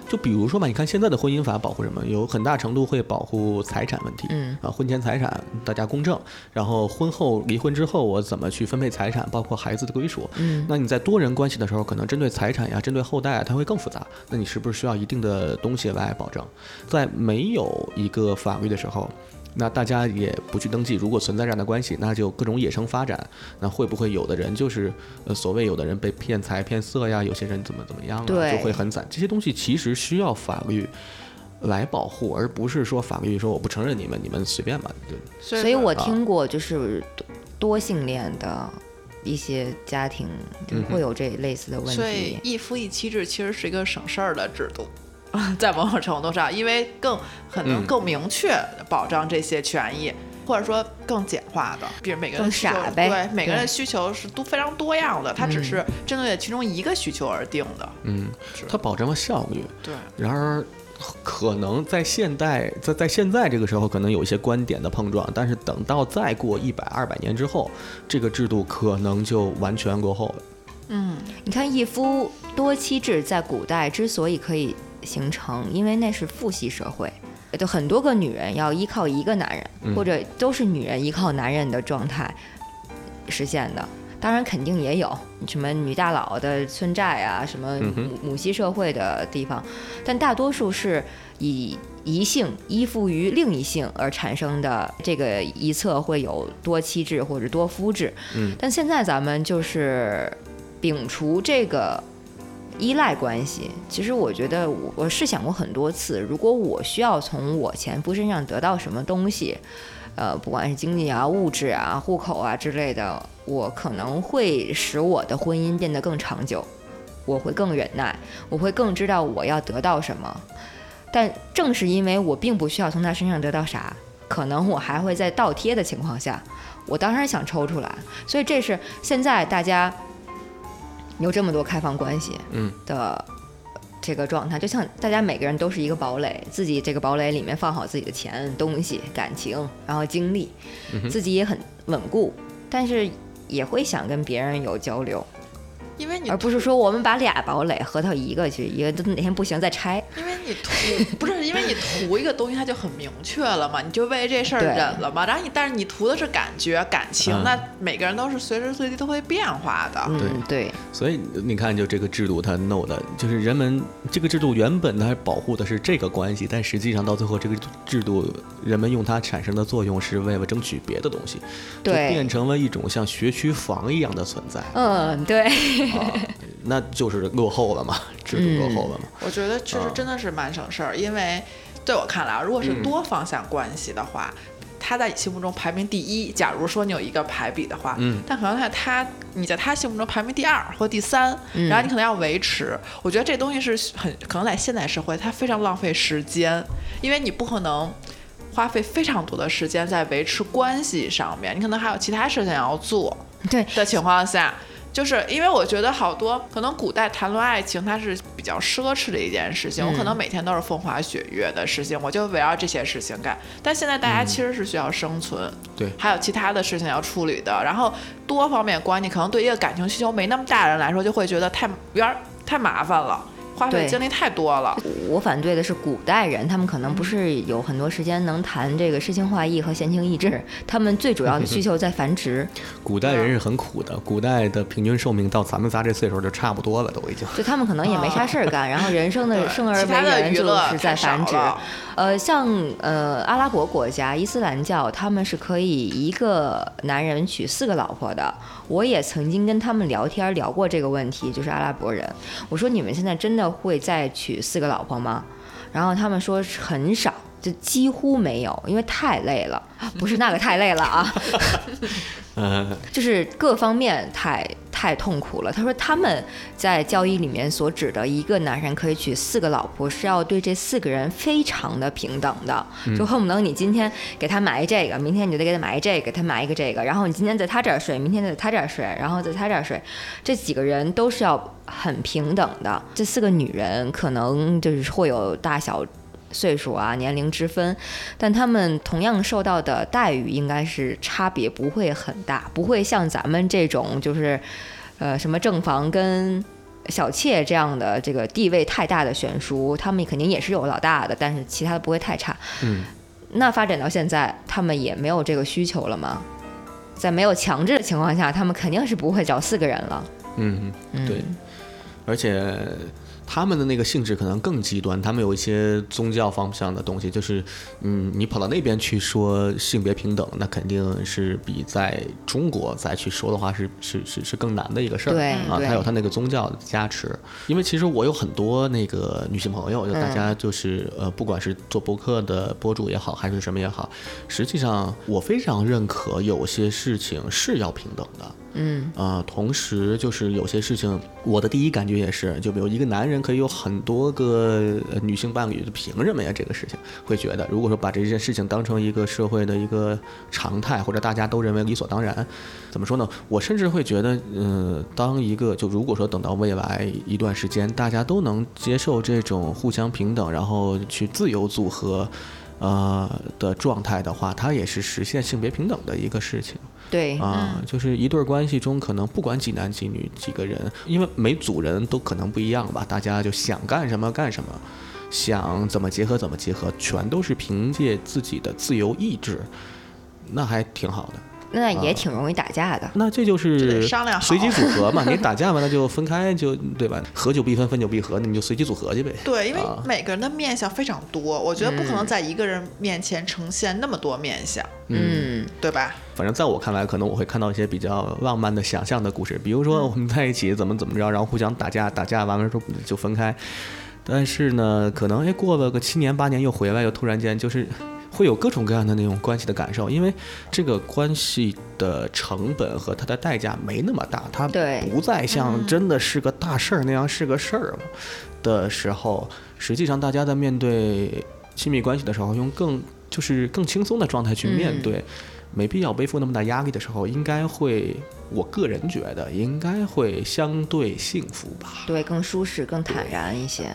S3: 就比如说吧，你看现在的婚姻法保护什么？有很大程度会保护财产问题，
S1: 嗯
S3: 啊，婚前财产大家公证，然后婚后离婚之后我怎么去分配财产，包括孩子的归属。
S1: 嗯
S3: 那你在多人关系的时候，可能针对财产呀、针对后代啊，它会更复杂。那你是不是需要一定的东西来保证？在没有一个法律的时候，那大家也不去登记，如果存在这样的关系，那就各种野生发展。那会不会有的人就是呃，所谓有的人被骗财骗色呀，有些人怎么怎么样啊，
S1: 对
S3: 就会很散。这些东西其实需要法律来保护，而不是说法律说我不承认你们，你们随便吧。对，
S2: 所
S1: 所以我听过就是多多性恋的一些家庭就会有这类似的问
S2: 所以
S1: 题。
S2: 一夫一妻制其实是一个省事儿的制度， 在某种程度上，因为更可能
S3: 嗯
S2: 更明确地保障这些权益。或者说更简化的，比如每个人
S1: 更
S2: 的需求
S1: 傻呗
S2: 对每个
S1: 对嗯
S2: 人的需求是都非常多样的，它只是
S3: 嗯
S2: 针对其中一个需求而定的。
S3: 它保证了效率，
S2: 对，
S3: 然而可能在现代，在在现在这个时候，可能有一些观点的碰撞，但是等到再过一百、二百年之后，这个制度可能就完全落后了。
S1: 你看一夫多妻制在古代之所以可以形成，因为那是父系社会，就很多个女人要依靠一个男人，
S3: 嗯
S1: 或者都是女人依靠男人的状态实现的。当然，肯定也有什么女大佬的村寨啊，什么
S3: 嗯哼
S1: 母母系社会的地方，但大多数是以一性依附于另一性而产生的。这个一侧会有多妻制或者多夫制，
S3: 嗯
S1: 但现在咱们就是摒除这个依赖关系，其实我觉得我我是想过很多次，如果我需要从我前夫身上得到什么东西，呃，不管是经济啊、物质啊、户口啊之类的，我可能会使我的婚姻变得更长久，我会更忍耐，我会更知道我要得到什么。但正是因为我并不需要从他身上得到啥，可能我还会在倒贴的情况下，我当然想抽出来。所以这是现在大家有这么多开放关系，
S3: 嗯
S1: 的这个状态，就像大家每个人都是一个堡垒，自己这个堡垒里面放好自己的钱、东西、感情，然后精力，自己也很稳固，但是也会想跟别人有交流，
S2: 因为你
S1: 而不是说我们把俩堡垒合到一个去，一个哪天不行再拆。
S2: 因为你 图不是因为你图一个东西，它就很明确了嘛，你就为这事儿
S1: 对
S2: 忍了嘛。然后你但是你图的是感觉、感情，
S3: 嗯
S2: 那每个人都是随时随地都会变化的。
S1: 嗯，对，
S3: 所以你看，就这个制度它弄的，就是人们这个制度原本它保护的是这个关系，但实际上到最后这个制度，人们用它产生的作用是为了争取别的东西，就
S1: 对，
S3: 变成了一种像学区房一样的存在
S1: 嗯，对，
S3: 啊，那就是落后了嘛，制度落后了嘛。
S2: 我觉得确实
S3: 嗯
S2: 真的是蛮省事儿，因为对我看来啊，如果是多方向关系的话，他在你心目中排名第一。假如说你有一个排比的话，
S3: 嗯
S2: 但可能在他你在他心目中排名第二或第三，然后你可能要维持。我觉得这东西是很可能在现代社会，它非常浪费时间，因为你不可能。花费非常多的时间在维持关系上面，你可能还有其他事情要做，
S1: 对，
S2: 的情况下，就是因为我觉得好多可能古代谈论爱情，它是比较奢侈的一件事情。我可能
S1: 嗯
S2: 每天都是风花雪月的事情，我就围绕这些事情干。但现在
S1: 嗯
S2: 大家其实是需要生存，
S3: 对
S2: 还有其他的事情要处理的。然后多方面关系，可能对一个感情需求没那么大的人来说，就会觉得太有点儿太麻烦了，花费
S1: 对
S2: 精力太多了。
S1: 我反对的是古代人，他们可能不是有很多时间能谈这个诗情画意和闲情逸致，他们最主要的需求在繁殖。
S3: 古代人是很苦的，古代的平均寿命到咱们仨这岁数就差不多了，都已经。
S1: 就他们可能也没啥事儿干，然后人生的
S2: 啊对
S1: 生而
S2: 其他
S1: 为
S2: 的
S1: 人
S2: 娱
S1: 就
S2: 乐
S1: 是在
S2: 太少
S1: 繁殖
S2: 了。
S1: 呃，像呃阿拉伯国家伊斯兰教，他们是可以一个男人娶四个老婆的。我也曾经跟他们聊天聊过这个问题，就是阿拉伯人，我说你们现在真的会再娶四个老婆吗？然后他们说很少，就几乎没有，因为太累了，不是那个太累了啊，
S3: 嗯，
S1: 就是各方面太太痛苦了。他说他们在教义里面所指的一个男人可以娶四个老婆，是要对这四个人非常的平等的，就恨不得你今天给他买一这个，明天你就得给他买一这个，给他买一个这个，然后你今天在他这儿睡，明天在他这儿睡，然后在他这儿睡，这几个人都是要很平等的。这四个女人可能就是会有大小。岁数啊，年龄之分，但他们同样受到的待遇应该是差别不会很大，不会像咱们这种就是，呃，什么正房跟小妾这样的这个地位太大的悬殊，他们肯定也是有老大的，但是其他的不会太差。
S3: 嗯，
S1: 那发展到现在，他们也没有这个需求了吗？在没有强制的情况下，他们肯定是不会找四个人了。
S3: 嗯，
S1: 嗯
S3: 对，而且他们的那个性质可能更极端，他们有一些宗教方向的东西，就是嗯，你跑到那边去说性别平等，那肯定是比在中国再去说的话是是是是更难的一个事儿
S1: 对
S3: 啊，
S1: 对
S3: 它有它那个宗教的加持。因为其实我有很多那个女性朋友，就大
S1: 嗯
S3: 家就是、呃，不管是做博客的博主也好，还是什么也好，实际上我非常认可有些事情是要平等的。
S1: 嗯
S3: 呃，同时就是有些事情，我的第一感觉也是，就比如一个男人可以有很多个呃女性伴侣，凭什么呀？这个事情会觉得，如果说把这件事情当成一个社会的一个常态，或者大家都认为理所当然，怎么说呢？我甚至会觉得，呃，当一个就如果说等到未来一段时间，大家都能接受这种互相平等，然后去自由组合。呃的状态的话，它也是实现性别平等的一个事情。
S1: 对，
S2: 嗯
S3: 啊，就是一对儿关系中，可能不管几男几女几个人，因为每组人都可能不一样吧，大家就想干什么干什么，想怎么结合怎么结合，全都是凭借自己的自由意志，那还挺好的。
S1: 那
S3: 啊
S1: 也挺容易打架的。
S3: 那这就
S2: 这
S3: 是
S2: 得商量好
S3: 随机组合 嘛，你打架嘛，那就分开就对吧？合久必分，分久必合，那你就随机组合去呗。
S2: 对，因为
S3: 啊
S2: 每个人的面相非常多，我觉得不可能在一个人面前呈现那么多面相，
S1: 嗯，
S2: 对吧？
S3: 反正在我看来，可能我会看到一些比较浪漫的想象的故事，比如说我们在一起怎么怎么着，然后互相打架，打架完了之后就分开。但是呢，可能哎过了个七年八年又回来，又突然间就是会有各种各样的那种关系的感受，因为这个关系的成本和它的代价没那么大，它
S1: 对
S3: 不再像真的是个大事儿那样是个事儿了的时候，实际上大家在面对亲密关系的时候，用更就是更轻松的状态去面
S1: 嗯
S3: 对，没必要背负那么大压力的时候，应该会，我个人觉得应该会相对幸福吧。
S1: 对，更舒适、更坦然一些。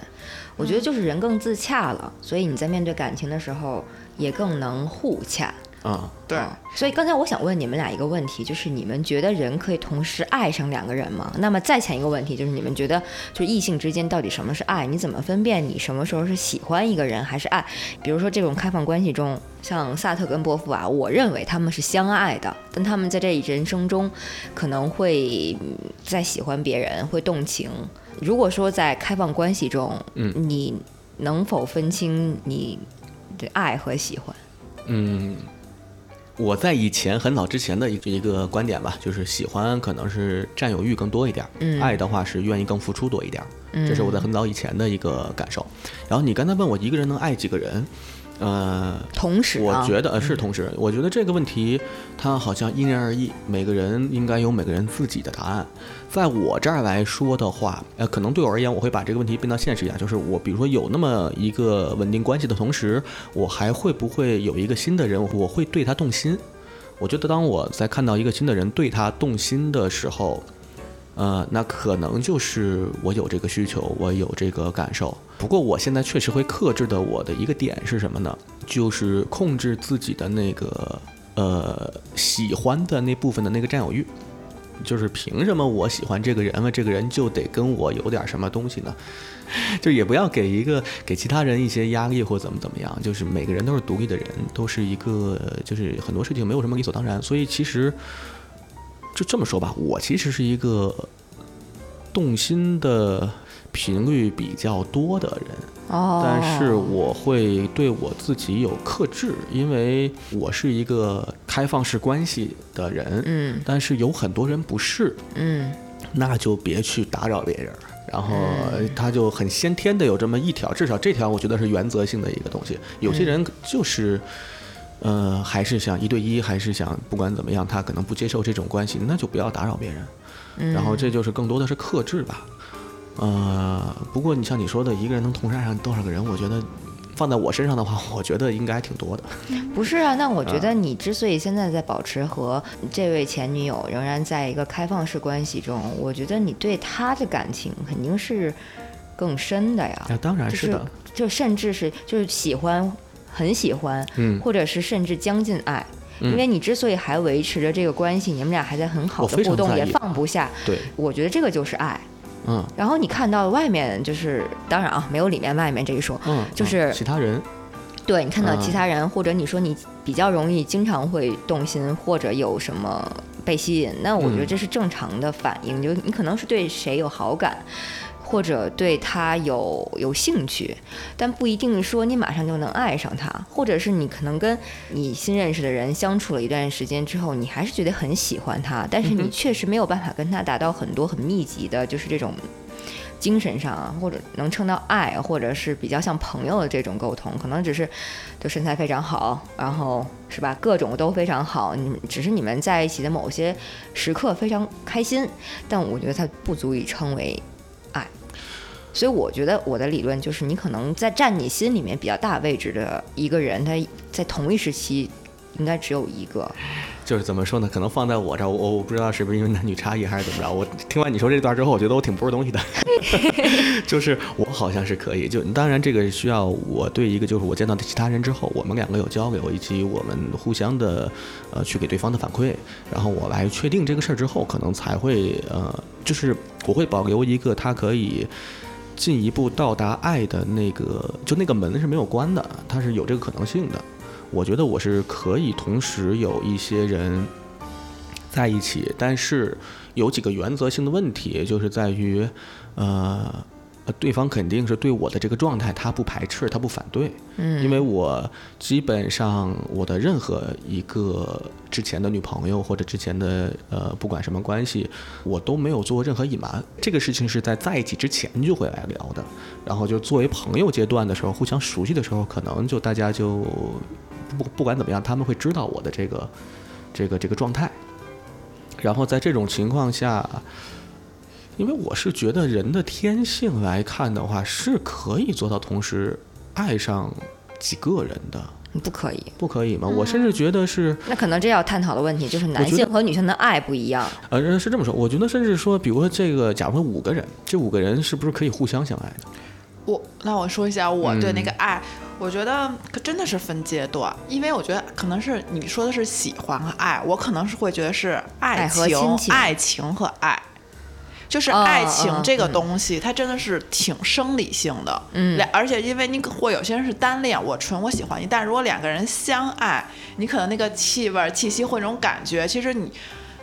S1: 我觉得就是人更自洽了，所以你在面对感情的时候也更能互洽。
S3: 啊、
S2: 对，
S1: 嗯所以刚才我想问你们俩一个问题，就是你们觉得人可以同时爱上两个人吗？那么再前一个问题就是你们觉得，就异性之间到底什么是爱？你怎么分辨你什么时候是喜欢一个人还是爱？比如说这种开放关系中，像萨特跟波伏娃、我认为他们是相爱的，但他们在这一人生中可能会嗯在喜欢别人，会动情。如果说在开放关系中，
S3: 嗯
S1: 你能否分清你的爱和喜欢？
S3: 嗯，我在以前很早之前的一一个观点吧，就是喜欢可能是占有欲更多一点儿，
S1: 嗯
S3: 爱的话是愿意更付出多一点儿，
S1: 嗯
S3: 这是我在很早以前的一个感受。然后你刚才问我一个人能爱几个人，呃，
S1: 同时、啊，
S3: 我觉得呃是同时，我觉得这个问题它好像因人而异，每个人应该有每个人自己的答案。在我这儿来说的话，呃，可能对我而言，我会把这个问题变到现实一点，就是我比如说有那么一个稳定关系的同时，我还会不会有一个新的人，我会对他动心？我觉得当我在看到一个新的人对他动心的时候，呃，那可能就是我有这个需求，我有这个感受。不过我现在确实会克制的，我的一个点是什么呢？就是控制自己的那个呃喜欢的那部分的那个占有欲。就是凭什么我喜欢这个人了，这个人就得跟我有点什么东西呢？ 就也不要给一个给其他人一些压力或怎么怎么样，就是每个人都是独立的人，都是一个就是很多事情没有什么理所当然，所以其实就这么说吧，我其实是一个动心的频率比较多的人，
S1: 哦，
S3: 但是我会对我自己有克制，因为我是一个开放式关系的人，
S1: 嗯
S3: 但是有很多人不是，
S1: 嗯
S3: 那就别去打扰别人儿。然后
S1: 嗯
S3: 他就很先天的有这么一条，至少这条我觉得是原则性的一个东西。有些人就是，呃，还是想一对一，还是想不管怎么样，他可能不接受这种关系，那就不要打扰别人。
S1: 嗯，
S3: 然后这就是更多的是克制吧。呃，不过你像你说的，一个人能同时爱上多少个人，我觉得放在我身上的话，我觉得应该挺多的。
S1: 不是啊，那我觉
S3: 嗯
S1: 得你之所以现在在保持和这位前女友仍然在一个开放式关系中，我觉得你对她的感情肯定是更深的呀，
S3: 啊，当然是的，
S1: 就甚至是就是喜欢，很喜欢，
S3: 嗯，
S1: 或者是甚至将近爱。
S3: 嗯
S1: 因为你之所以还维持着这个关系，你们俩还在很好
S3: 我
S1: 的
S3: 非常
S1: 互动，
S3: 在
S1: 也
S3: 意
S1: 放不下，
S3: 对，
S1: 我觉得这个就是爱。
S3: 嗯
S1: 然后你看到外面就是，当然啊，没有里面外面这一说，
S3: 嗯，
S1: 就是
S3: 嗯其他人，
S1: 对你看到
S3: 嗯
S1: 其他人，或者你说你比较容易经常会动心，或者有什么被吸引，那我觉得
S3: 嗯
S1: 这是正常的反应。就你可能是对谁有好感，或者对他有有兴趣，但不一定说你马上就能爱上他，或者是你可能跟你新认识的人相处了一段时间之后，你还是觉得
S3: 嗯
S1: 很喜欢他，但是你确实没有办法跟他达到很多很密集的，就是这种。精神上啊或者能称到爱，或者是比较像朋友的这种沟通，可能只是就身材非常好，然后是吧，各种都非常好，你们只是你们在一起的某些时刻非常开心，但我觉得它不足以称为爱。所以我觉得我的理论就是，你可能在占你心里面比较大位置的一个人，他在同一时期应该只有一个。
S3: 就是怎么说呢？可能放在我这儿，我我不知道是不是因为男女差异还是怎么着。我听完你说这段之后，我觉得我挺不是东西的， 就是我好像是可以。就当然这个需要我对一个就是我见到其他人之后，我们两个有交流，以及我们互相的呃去给对方的反馈，然后我来确定这个事儿之后，可能才会呃就是我会保留一个他可以。进一步到达爱的那个，就那个门是没有关的，它是有这个可能性的。我觉得我是可以同时有一些人在一起，但是有几个原则性的问题，就是在于，呃，对方肯定是对我的这个状态，他不排斥，他不反对，
S1: 嗯，
S3: 因为我基本上我的任何一个之前的女朋友或者之前的呃，不管什么关系，我都没有做过任何隐瞒。这个事情是在在一起之前就会来聊的，然后就作为朋友阶段的时候，互相熟悉的时候，可能就大家就不不管怎么样，他们会知道我的这个这个这个状态。然后在这种情况下，因为我是觉得人的天性来看的话，是可以做到同时爱上几个人的，
S1: 不可以。
S3: 不可以吗？我甚至觉得是，
S1: 那可能这要探讨的问题就是男
S3: 我觉
S1: 性
S3: 得
S1: 和女性的爱不一样。
S3: 呃，是这么说。我觉得甚至说，比如说这个，假如说五个人，这五个人是不是可以互相相爱的？
S2: 我那我说一下我对那
S1: 嗯
S2: 个爱，我觉得可真的是分阶段，因为我觉得可能是你说的是喜欢和爱，我可能是会觉得是爱
S1: 爱和
S2: 情、
S1: 亲情
S2: 爱情和爱。就是
S1: 哦
S2: 爱情
S1: 哦
S2: 这个
S1: 嗯
S2: 东西，它真的是挺生理性的，
S1: 嗯
S2: 两，而且因为你可或有些人是单恋，我纯我喜欢你，但如果两个人相爱，你可能那个气味儿、气息或者那种感觉，其实你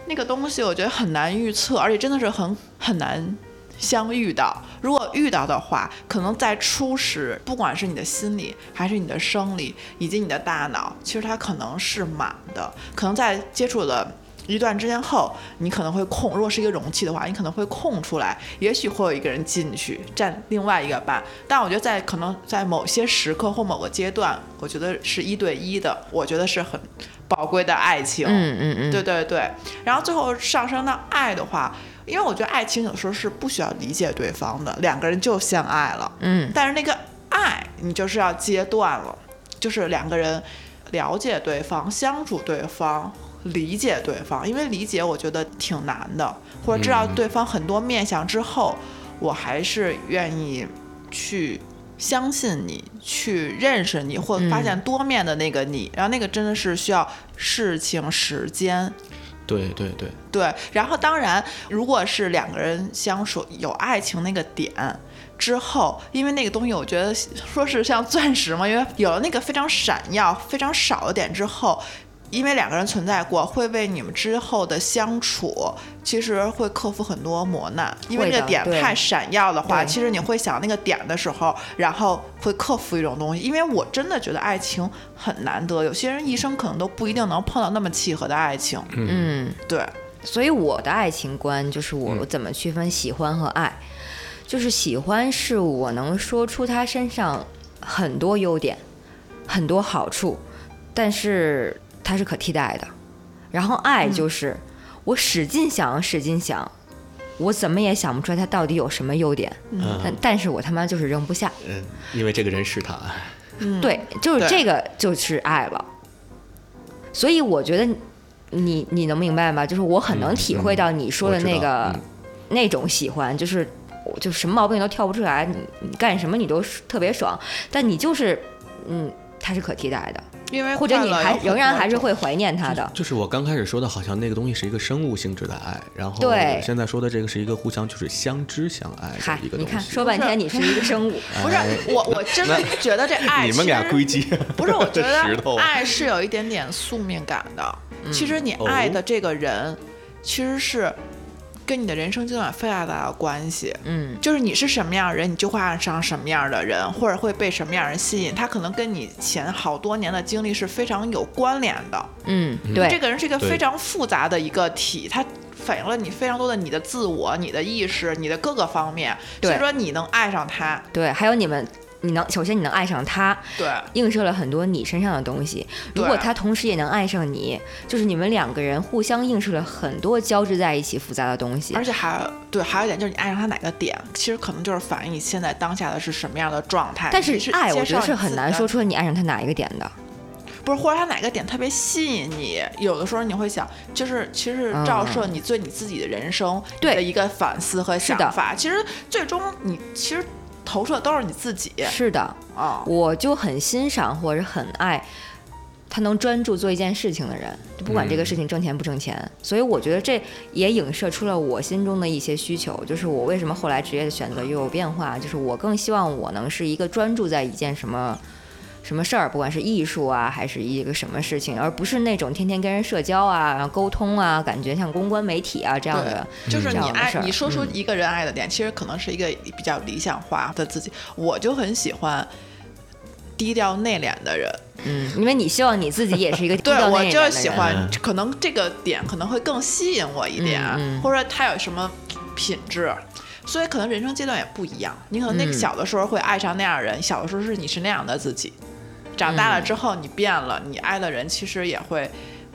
S2: 那个东西，我觉得很难预测，而且真的是很很难相遇到。如果遇到的话，可能在初始，不管是你的心理，还是你的生理，以及你的大脑，其实它可能是满的。可能在接触了一段之间后，你可能会空，如果是一个容器的话，你可能会空出来，也许会有一个人进去占另外一个半。但我觉得在可能在某些时刻或某个阶段，我觉得是一对一的，我觉得是很宝贵的爱情。
S1: 嗯嗯嗯，
S2: 对对对，然后最后上升到爱的话，因为我觉得爱情有时候是不需要理解对方的，两个人就相爱了，
S1: 嗯
S2: 但是那个爱你就是要阶段了，就是两个人了解对方、相处对方、理解对方，因为理解我觉得挺难的，或者知
S1: 嗯
S2: 道对方很多面相之后，我还是愿意去。相信你，去认识你，或发现多面的那个你，然后那个真的是需要事情、时间
S3: 对对对，
S2: 对，然后当然，如果是两个人相处有爱情那个点之后，因为那个东西，我觉得说是像钻石嘛，因为有了那个非常闪耀、非常少的点之后，因为两个人存在过，会为你们之后的相处，其实会克服很多磨难。因为
S1: 会
S2: 那个
S1: 的
S2: 点
S1: 对
S2: 太闪耀的话，
S1: 对
S2: 其实你会想那个点的时候，然后会克服一种东西。因为我真的觉得爱情很难得，有些人一生可能都不一定能碰到那么契合的爱情。
S1: 嗯，
S2: 对。
S1: 所以我的爱情观就是我怎么区分喜欢和爱，就是喜欢是我能说出他身上很多优点，很多好处，但是它是可替代的。然后爱就是、我使劲想，使劲想，我怎么也想不出来他到底有什么优点，但
S3: 嗯
S1: 但是我他妈就是扔不下。
S3: 嗯，因为这个人是他，
S1: 对，就是
S2: 对
S1: 这个就是爱了。所以我觉得你你你能明白吗？就是我很能体会到你说的那个、
S3: 嗯嗯我知道
S1: 那种喜欢，就是我就什么毛病都挑不出来，你你干什么你都特别爽，但你就是嗯，它是可替代的，
S2: 因为
S1: 或者
S2: 快
S1: 你
S2: 乐
S1: 还
S2: 有很
S1: 仍然
S2: 多
S1: 还是
S2: 种
S1: 会怀念它的。
S3: 就是我刚开始说的，好像那个东西是一个生物性质的爱，然后
S1: 对
S3: 现在说的这个是一个互相就是相知相爱
S1: 嗨
S3: 的一，个
S1: 你
S3: 东
S1: 看
S3: 西。
S1: 说半天你是一个生物，
S2: 不是我，我真的觉得这爱
S3: 哎你们俩
S2: 其实
S3: 归鸡，
S2: 不是，我觉 得
S3: 石头
S2: 爱是有一点点宿命感的。
S1: 嗯
S2: 其实你爱
S3: 哦
S2: 的这个人，其实是跟你的人生阶段有非常大的关系。
S1: 嗯，
S2: 就是你是什么样的人，你就会爱上什么样的人，或者会被什么样的人吸引。他可能跟你前好多年的经历是非常有关联的。
S1: 嗯，
S2: 这
S1: 对，
S2: 个人是一个
S3: 对
S2: 非常复杂的一个体，他反映了你非常多的你的自我、你的意识、你的各个方面。所以
S1: 对
S2: 说你能爱上他，
S1: 对，还有你们，你能首先你能爱上他，
S2: 对
S1: 映射了很多你身上的东西。如果
S2: 对
S1: 他同时也能爱上你，就是你们两个人互相映射了很多交织在一起复杂的东西
S2: 而。且还对，还有一点就是你爱上他哪个点，其实可能就是反映你现在当下的是什么样的状态。
S1: 但
S2: 你
S1: 是爱，我
S2: 接
S1: 觉得
S2: 受
S1: 是
S2: 你
S1: 很
S2: 自
S1: 难
S2: 己的
S1: 说出你爱上他哪一个点的。
S2: 不是，或者他哪个点特别吸引你，有的时候你会想，就是其实照射你对你自己的人生
S1: 对
S2: 的一个反思和
S1: 是
S2: 想
S1: 的
S2: 法。其实最终你其实投射都是你自己
S1: 是的，
S2: 啊、
S1: 我就很欣赏或者很爱他能专注做一件事情的人，就不管
S2: 嗯
S1: 这个事情挣钱不挣钱。所以我觉得这也影射出了我心中的一些需求，就是我为什么后来职业的选择又有变化，就是我更希望我能是一个专注在一件什么。什么事儿，不管是艺术啊，还是一个什么事情，而不是那种天天跟人社交啊、然后沟通啊，感觉像公关媒体啊这样的。
S2: 就是
S1: 这
S2: 你
S1: 样的
S2: 爱
S1: 事儿嗯
S2: 你说出一个人爱的点，其实可能是一个比较理想化的自己。我就很喜欢低调内敛的人，
S1: 嗯，因为你希望你自己也 是一个低
S2: 对
S1: 调内
S2: 我
S1: 敛
S2: 就
S1: 的
S2: 喜
S1: 人
S2: 欢
S3: 嗯，
S2: 可能这个点可能会更吸引我一点，
S1: 嗯嗯
S2: 或者他有什么品质。所以可能人生阶段也不一样，你可能那个
S1: 嗯
S2: 小的时候会爱上那样的人，小的时候是你是那样的自己，长大
S1: 嗯
S2: 了之后你变了，你爱的人其实也会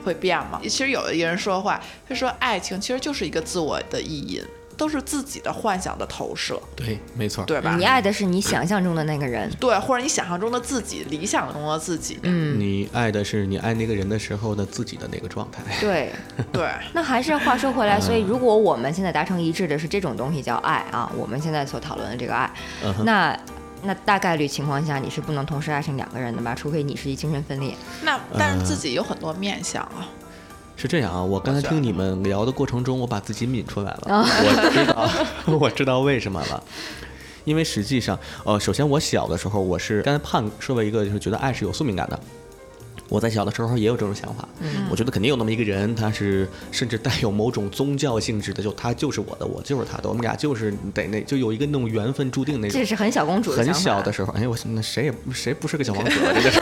S2: 会变嘛。其实有的一个人说话，他说爱情其实就是一个自我的意淫，都是自己的幻想的投射，
S3: 对，没错，
S2: 对吧
S1: 嗯你？爱的是你想象中的那个人。
S2: 对，或者你想象中的自己，理想中的自己，
S1: 嗯，
S3: 你爱的是你爱那个人的时候的自己的那个状态。
S1: 对，
S2: 对。
S1: 那还是话说回来，所以
S3: 嗯
S1: 如果我们现在达成一致的是这种东西叫爱啊，我们现在所讨论的这个爱，
S3: 嗯哼
S1: 那那大概率情况下你是不能同时爱上两个人的吧？除非你是一精神分裂。
S2: 那但是自己有很多面相啊，
S3: 是这样啊，我刚才
S2: 我觉得
S3: 听你们聊的过程中，我把自己抿出来了，我知道， 我知道为什么了。因为实际上，呃，首先我小的时候，我是刚才胖说了一个，就是觉得爱是有宿命感的。我在小的时候也有这种想法，我觉得肯定有那么一个人，他是甚至带有某种宗教性质的，就他就是我的，我就是他的，我们俩就是得那就有一个那种缘分注定那种
S1: 这。是很小公主的
S3: 很
S1: 想法
S3: 小的时候，哎，我那谁也谁不是个小王子啊，这就是。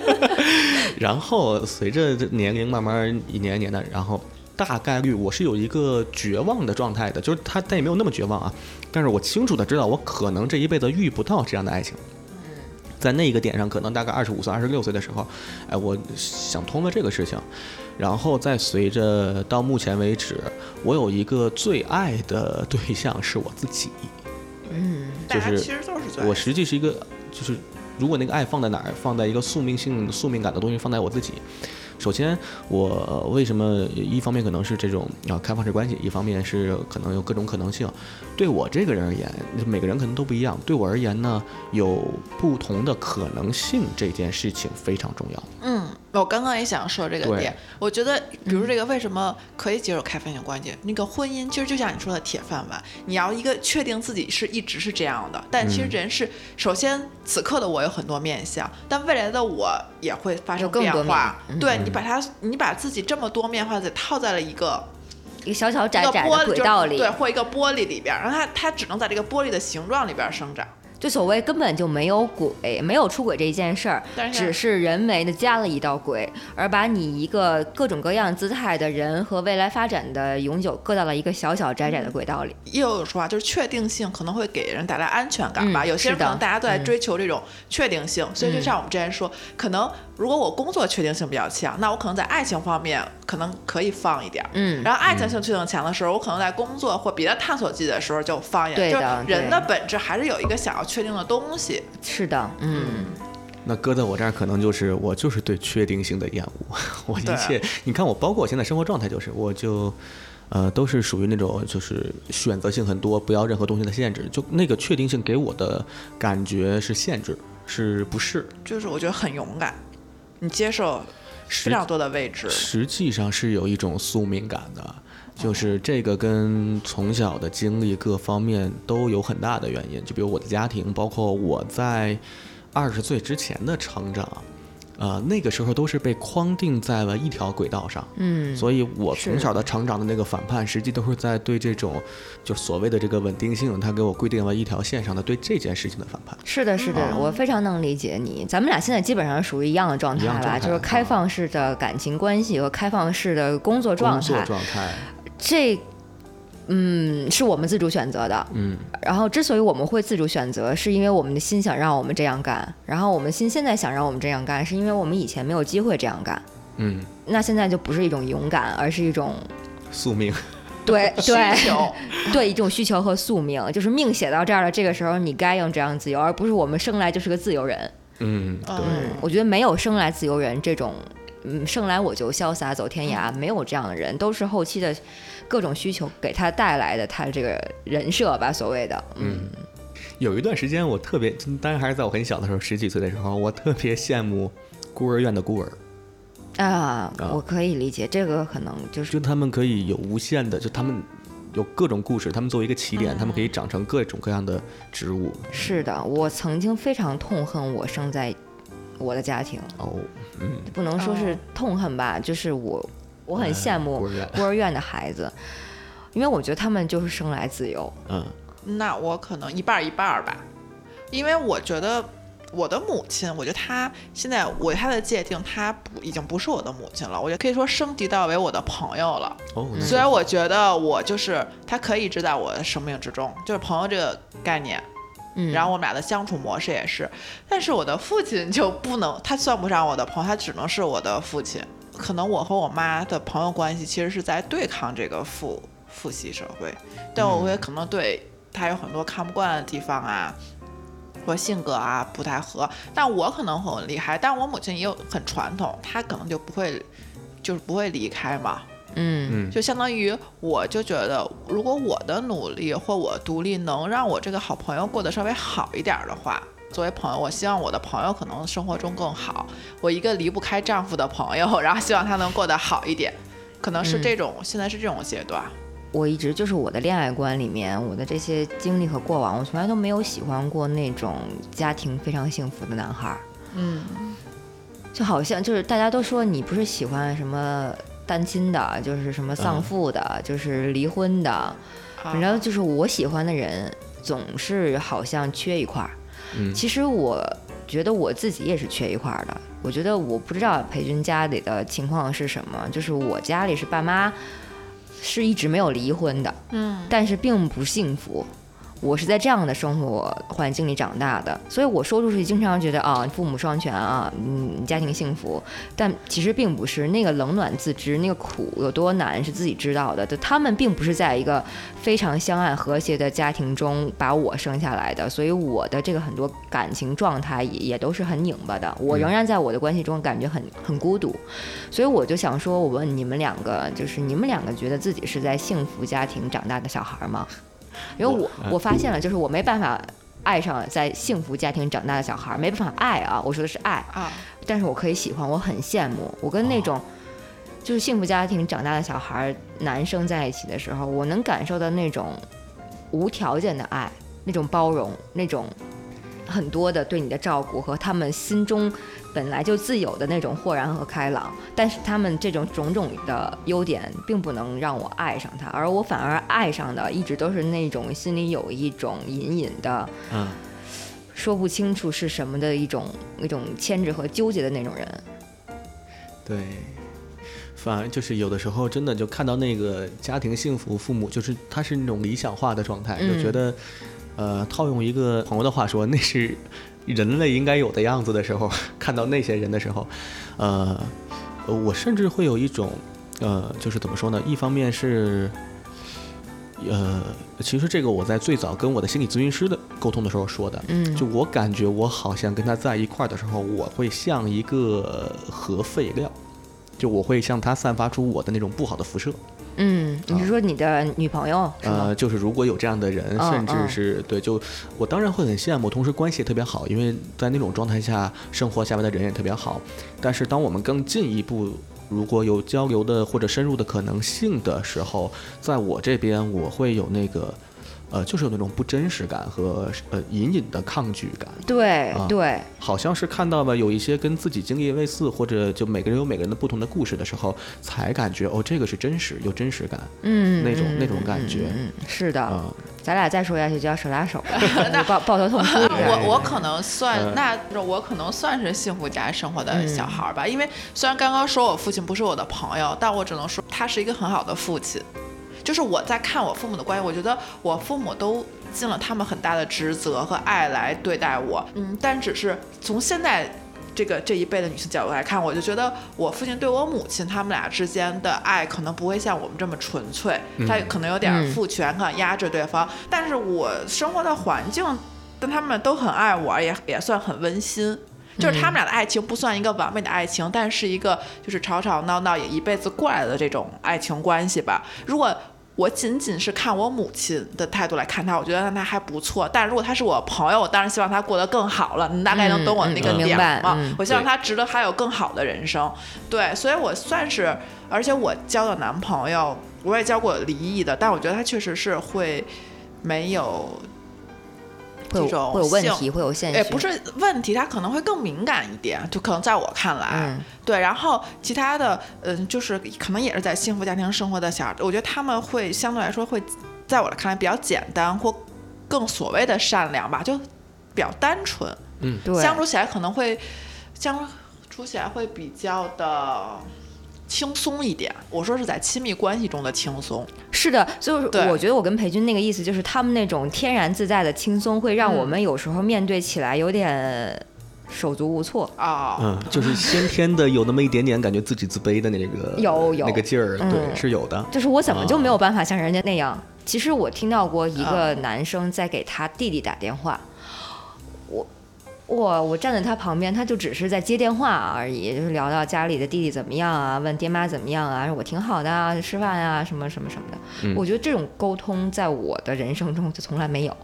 S3: 然后随着这年龄慢慢一年一年的，然后大概率我是有一个绝望的状态的，就是他但也没有那么绝望啊，但是我清楚的知道我可能这一辈子遇不到这样的爱情。
S1: 嗯
S3: 在那一个点上，可能大概二十五岁、二十六岁的时候，哎，我想通了这个事情，然后再随着到目前为止，我有一个最爱的对象是我自己。
S1: 嗯
S2: 大家
S3: 就是
S2: 其实都是最爱
S3: 我实际是一个，就是如果那个爱放在哪儿，放在一个宿命性、宿命感的东西，放在我自己。首先，我为什么一方面可能是这种啊开放式关系，一方面是可能有各种可能性。对我这个人而言，每个人可能都不一样。对我而言呢，有不同的可能性这件事情非常重要。
S2: 嗯，我刚刚也想说这个
S3: 对
S2: 点，我觉得，比如这个为什么可以接受开放性关系？那个婚姻其实就像你说的铁饭碗，你要一个确定自己是一直是这样的，但
S3: 嗯
S2: 其实人是、首先此刻的我有很多面相，但未来的我也会发生
S1: 有更
S2: 变
S1: 多
S2: 化。
S1: 面
S2: 对
S3: 嗯
S2: 你把它，你把自己这么多面化的套在了一个
S1: 一个小小
S2: 一
S1: 窄
S2: 个
S1: 窄
S2: 玻
S1: 的
S2: 璃
S1: 轨
S2: 就是
S1: 道里，
S2: 对，或一个玻璃里边儿，然后它它只能在这个玻璃的形状里边儿生长。
S1: 就所谓根本就没有鬼，没有出轨这一件事儿
S2: 但，是
S1: 只是人为的加了一道鬼，而把你一个各种各样姿态的人和未来发展的永久搁到了一个小小窄
S2: 嗯
S1: 窄的轨道里。
S2: 又有说啊，就是确定性可能会给人带来安全感吧。
S1: 嗯嗯
S2: 有些人
S1: 是的
S2: 可能大家都在追求这种确定性，所以就像我们之前说，可能如果我工作确定性比较强，那我可能在爱情方面可能可以放一点儿。
S1: 嗯
S2: 然后爱情性确定强的时候，我可能在工作或别的探索自己的时候就放一点。
S1: 对
S2: 就是
S1: 的
S2: 人
S1: 对
S2: 的本质还是有一个想要确定的东西。
S1: 是的，嗯
S3: 那搁在我这儿，可能就是我就是对确定性的厌恶。 我一
S2: 对
S3: 切，你看我，包括我现在生活状态，就是我就，呃，都是属于那种就是选择性很多，不要任何东西的限制。就那个确定性给我的感觉是限制，是不适。
S2: 就是我觉得很勇敢，你接受非常多的未知。
S3: 实际上是有一种宿命感
S1: 哦
S3: 的，就是这个跟从小的经历各方面都有很大的原因。就比如我的家庭，包括我在二十岁之前的成长，呃，那个时候都是被框定在了一条轨道上。
S1: 嗯，
S3: 所以我
S1: 是
S3: 从小的成长的那个反叛，实际都是在对这种就所谓的这个稳定性，它给我规定了一条线上的对这件事情的反叛。
S1: 是的，是的，我非常能理解你。咱们俩现在基本上属于一样的状态
S3: 一样状
S1: 吧，
S3: 态
S1: 就是开放式的感情关系和开放式的工作状
S3: 工作
S1: 态。
S3: 状态，
S1: 这，嗯，是我们自主选择的。
S3: 嗯，
S1: 然后之所以我们会自主选择，是因为我们的心想让我们这样干，然后我们心现在想让我们这样干，是因为我们以前没有机会这样干。
S3: 嗯，
S1: 那现在就不是一种勇敢，而是一种
S3: 宿命，
S1: 对对
S2: 需求，
S1: 对一种需求和宿命，就是命写到这儿了，这个时候你该用这样自由，而不是我们生来就是个自由人。
S3: 嗯，
S2: 嗯
S3: 对，
S1: 我觉得没有生来自由人这种，嗯，生来我就潇洒走天涯，没有这样的人，都是后期的各种需求给他带来的，他这个人设吧，所谓的，嗯，
S3: 有一段时间我特别，当然还是在我很小的时候，十几岁的时候，我特别羡慕孤儿院的孤儿，
S1: 啊，
S3: 啊
S1: 我可以理解，这个可能就是
S3: 就他们可以有无限的，就他们有各种故事，他们作为一个起
S1: 嗯
S3: 点，他们可以长成各种各样的植物。
S1: 是的，我曾经非常痛恨我生在我的家庭，
S3: 哦，嗯，
S1: 不能说是
S2: 哦
S1: 痛恨吧，就是我哎我很羡慕
S3: 嗯孤儿院，
S1: 孤儿院的孩子，因为我觉得他们就是生来自由，
S3: 嗯
S2: 那我可能一半儿一半儿吧，因为我觉得我的母亲，我觉得她现在我对她的界定，她不已经不是我的母亲了，我觉得可以说升级到为我的朋友了。
S3: 哦，那
S2: 所以我觉得我就是她可以一直在我的生命之中，就是朋友这个概念。
S1: 嗯，
S2: 然后我们俩的相处模式也是，但是我的父亲就不能，他算不上我的朋友，他只能是我的父亲。可能我和我妈的朋友关系其实是在对抗这个父父系社会，但我会可能对他有很多看不惯的地方啊，或性格啊不太合。但我可能很厉害，但我母亲也有很传统，她可能就不会，就是不会离开嘛。
S1: 嗯
S3: 嗯
S2: 就相当于我就觉得，如果我的努力或我独立能让我这个好朋友过得稍微好一点儿的话，作为朋友，我希望我的朋友可能生活中更好。我一个离不开丈夫的朋友，然后希望他能过得好一点，可能
S1: 嗯
S2: 是这种、现在是这种阶段。
S1: 我一直就是我的恋爱观里面，我的这些经历和过往，我从来都没有喜欢过那种家庭非常幸福的男孩儿。
S2: 嗯，
S1: 就好像就是大家都说你不是喜欢什么单亲的，就是什么丧父的，就是离婚的，
S2: 啊
S1: 然后就是我喜欢的人总是好像缺一块儿。
S3: 嗯
S1: 其实我觉得我自己也是缺一块儿的。我觉得我不知道裴军家里的情况是什么，就是我家里是爸妈是一直没有离婚的，
S2: 嗯，
S1: 但是并不幸福。我是在这样的生活环境里长大的，所以我说出去经常觉得啊，父母双全啊，嗯，家庭幸福，但其实并不是。那个冷暖自知，那个苦有多难是自己知道的。就他们并不是在一个非常相爱和谐的家庭中把我生下来的，所以我的这个很多感情状态也也都是很拧巴的。我仍然在我的关系中感觉很很孤独，所以我就想说，我问你们两个，就是你们两个觉得自己是在幸福家庭长大的小孩吗？因为我我发现了，就是我没办法爱上在幸福家庭长大的小孩，没办法爱啊，我说的是爱，
S2: 啊，
S1: 但是我可以喜欢，我很羡慕。我跟那种就是幸福家庭长大的小孩，男生在一起的时候，我能感受到那种无条件的爱，那种包容，那种很多的对你的照顾和他们心中本来就自有的那种豁然和开朗。但是他们这种种种的优点，并不能让我爱上他，而我反而爱上的一直都是那种心里有一种隐隐的。
S3: 嗯
S1: 说不清楚是什么的一种一种牵制和纠结的那种人。
S3: 对，反而就是有的时候真的就看到那个家庭幸福，父母就是他是那种理想化的状态，
S1: 嗯
S3: 就觉得，呃，套用一个朋友的话说，那是人类应该有的样子的时候， 看到那些人的时候，呃，呃我甚至会有一种，呃，就是怎么说呢？一方面是。呃，其实这个我在最早跟我的心理咨询师的沟通的时候说的，
S1: 嗯
S3: 就我感觉我好像跟他在一块儿的时候，我会像一个核废料，就我会向他散发出我的那种不好的辐射。
S1: 嗯，你是说你的女朋友
S2: 啊
S1: 是吗？
S3: 呃，就是如果有这样的人，
S1: 嗯
S3: 甚至
S1: 嗯
S3: 是、对，就我当然会很羡慕，同时关系也特别好，因为在那种状态下生活下来的人也特别好。但是当我们更进一步，如果有交流的或者深入的可能性的时候，在我这边我会有那个。呃，就是有那种不真实感和呃隐隐的抗拒感，
S1: 对、
S3: 啊
S1: 对，
S3: 好像是看到吧，有一些跟自己经历类似，或者就每个人有每个人的不同的故事的时候，才感觉哦，这个是真实，有真实感
S1: 嗯，
S3: 那种
S1: 嗯
S3: 那种感觉
S1: 嗯嗯嗯是的，
S3: 啊、
S1: 咱俩再说下去就要手拉手 了，抱抱头痛哭一下。
S2: 那我我可能算，
S3: 呃
S2: 那我可能算是幸福家生活的小孩儿吧，因为虽然刚刚说我父亲不是我的朋友，但我只能说他是一个很好的父亲。就是我在看我父母的关系，我觉得我父母都尽了他们很大的职责和爱来对待我，嗯，但只是从现在。这个这一辈的女性角度来看，我就觉得我父亲对我母亲他们俩之间的爱可能不会像我们这么纯粹，他可能有点父权，可能压制对方。但是我生活的环境，但他们都很爱我，也也算很温馨。就
S1: 嗯
S2: 是他们俩的爱情不算一个完美的爱情，但是一个就是吵吵闹闹也一辈子过来的这种爱情关系吧。如果我仅仅是看我母亲的态度来看他，我觉得他还不错。但如果他是我朋友，我当然希望他过得更好了。你大概能懂我那个
S1: 嗯嗯
S2: 点
S1: 明白
S2: 吗？
S1: 嗯
S2: 我希望他值得还有更好的人生。对，所以我算是，而且我交的男朋友，我也交过离异的，但我觉得他确实是会没有
S1: 会有
S2: 这种
S1: 会有问
S2: 性
S1: 题，会有现
S2: 也
S1: 实，
S2: 不是问题，他可能会更敏感一点，就可能在我看来，
S1: 嗯
S2: 对。然后其他的，嗯，就是可能也是在幸福家庭生活的小孩，我觉得他们会相对来说会，在我看来比较简单或更所谓的善良吧，就比较单纯，
S1: 对，
S2: 相处起来可能会相处起来会比较的轻松一点。我说是在亲密关系中的轻松，
S1: 是的，就是
S2: 对
S1: 我觉得我跟裴军那个意思就是，他们那种天然自在的轻松，会让我们有时候面对起来有点手足无措。
S2: 哦，
S3: 嗯，就是先天的有那么一点点感觉自己自卑的那个
S1: 有有
S3: 那个劲儿，
S1: 嗯
S3: 对，是有的。
S1: 就是我怎么就没有办法像人家那样？其实我听到过一个男生在给他弟弟打电话，我我我站在他旁边，他就只是在接电话而已，就是聊到家里的弟弟怎么样啊，问爹妈怎么样啊，我挺好的啊，吃饭啊，什么什么什么的。我觉得这种沟通在我的人生中就从来没有，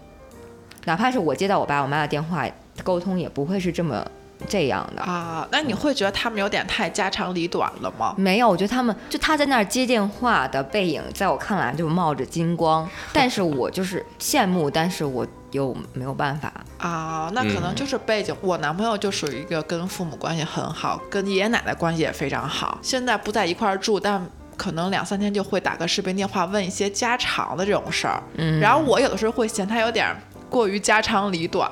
S1: 哪怕是我接到我爸我妈的电话，沟通也不会是这么这样的。
S2: 啊，那你会觉得他们有点太家长里短了吗？
S1: 没有，我觉得他们就他在那儿接电话的背影，在我看来就冒着金光，但是我就是羡慕，但是我又没有办法。
S2: 啊，那可能就是背景。我男朋友就属于一个跟父母关系很好，跟爷爷奶奶关系也非常好。现在不在一块儿住，但可能两三天就会打个视频电话问一些家常的这种事儿。
S1: 嗯
S2: 然后我有的时候会嫌他有点儿过于家长里短。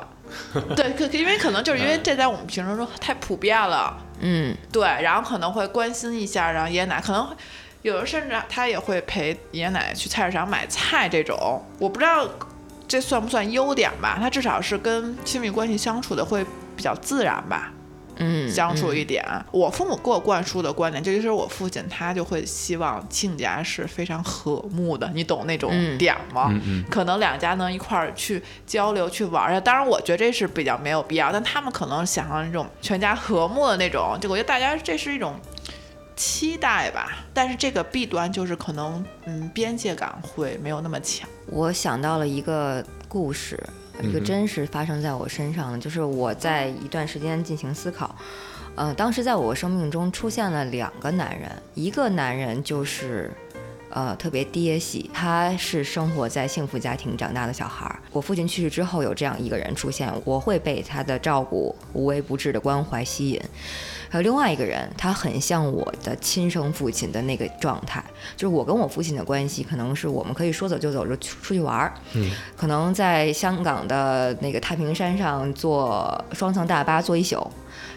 S2: 对，可可因为可能就是因为这在我们平时说太普遍了，
S1: 嗯，
S2: 对，然后可能会关心一下，然后爷爷奶奶可能有的甚至他也会陪爷爷奶奶去菜市场买菜这种，我不知道这算不算优点吧？他至少是跟亲密关系相处的会比较自然吧，
S1: 嗯，
S2: 相处一点。我父母给我灌输的观点，这就是我父亲他就会希望亲家是非常和睦的，你懂那种
S1: 嗯
S2: 点儿吗？可能两家能一块儿去交流去玩儿啊呀。当然，我觉得这是比较没有必要，但他们可能想要那种全家和睦的那种，就我觉得大家这是一种。期待吧，但是这个弊端就是可能，嗯，边界感会没有那么强。
S1: 我想到了一个故事，一个真实发生在我身上的，就是我在一段时间进行思考。呃，当时在我生命中出现了两个男人，一个男人就是。呃，特别爹系，他是生活在幸福家庭长大的小孩儿。我父亲去世之后，有这样一个人出现，我会被他的照顾、无微不至的关怀吸引。还有另外一个人，他很像我的亲生父亲的那个状态，就是我跟我父亲的关系，可能是我们可以说走就走，就出出去玩儿。嗯，可能在香港的那个太平山上坐双层大巴坐一宿，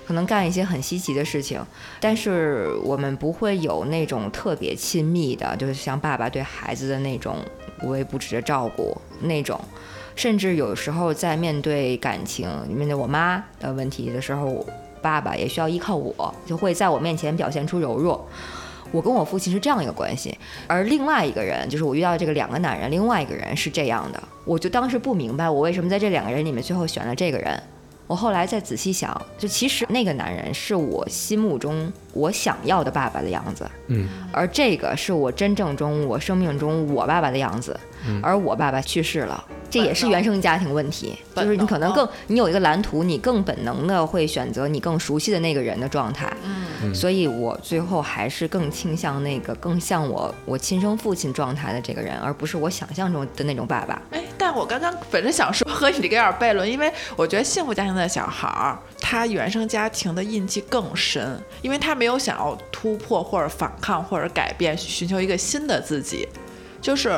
S1: 可能干一些很稀奇的事情，但是我们不会有那种特别亲密的，就是像爸爸对孩子的那种无微不至的照顾那种。甚至有时候在面对感情、面对我妈的问题的时候，我爸爸也需要依靠我，就会在我面前表现出柔弱。我跟我父亲是这样一个关系，而另外一个人就是我遇到这个两个男人，另外一个人是这样的，我就当时不明白我为什么在这两个人里面最后选了这个人。我后来再仔细想，就其实那个男人是我心目中我想要的爸爸的样子，
S3: 嗯，
S1: 而这个是我真正中我生命中我爸爸的样子，而我爸爸去世了，这也是原生家庭问题，就
S2: 本
S1: 是
S2: 能啊
S1: 你可能更你有一个蓝图，你更本能的会选择你更熟悉的那个人的状态，
S2: 嗯
S3: 嗯
S1: 所以我最后还是更倾向那个更像我我亲生父亲状态的这个人，而不是我想象中的那种爸爸。
S2: 哎，但我刚刚本身想说和你这个有点悖论，因为我觉得幸福家庭的小孩儿，他原生家庭的印记更深，因为他没有想要突破或者反抗或者改变，寻求一个新的自己，就是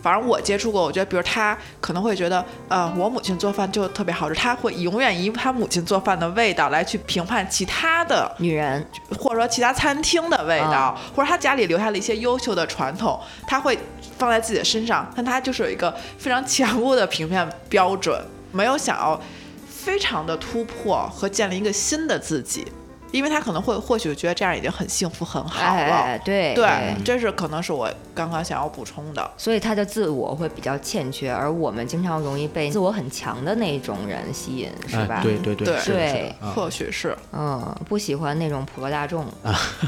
S2: 反正我接触过，我觉得，比如他可能会觉得，呃，我母亲做饭就特别好吃，他会永远以他母亲做饭的味道来去评判其他的，
S1: 女人
S2: 或者说其他餐厅的味
S1: 啊
S2: 道，或者他家里留下了一些优秀的传统，他会放在自己的身上，但他就是有一个非常强固的评判标准，没有想要非常的突破和建立一个新的自己。因为他可能会或许觉得这样已经很幸福很好了，
S1: 哎，对
S2: 对，这是可能是我刚刚想要补充的。
S1: 所以他的自我会比较欠缺，而我们经常容易被自我很强的那种人吸引，是吧？
S3: 哎，对对对，
S2: 对
S3: 是的是
S1: 对
S3: 的啊
S2: 或许是，
S1: 嗯，不喜欢那种普罗大众，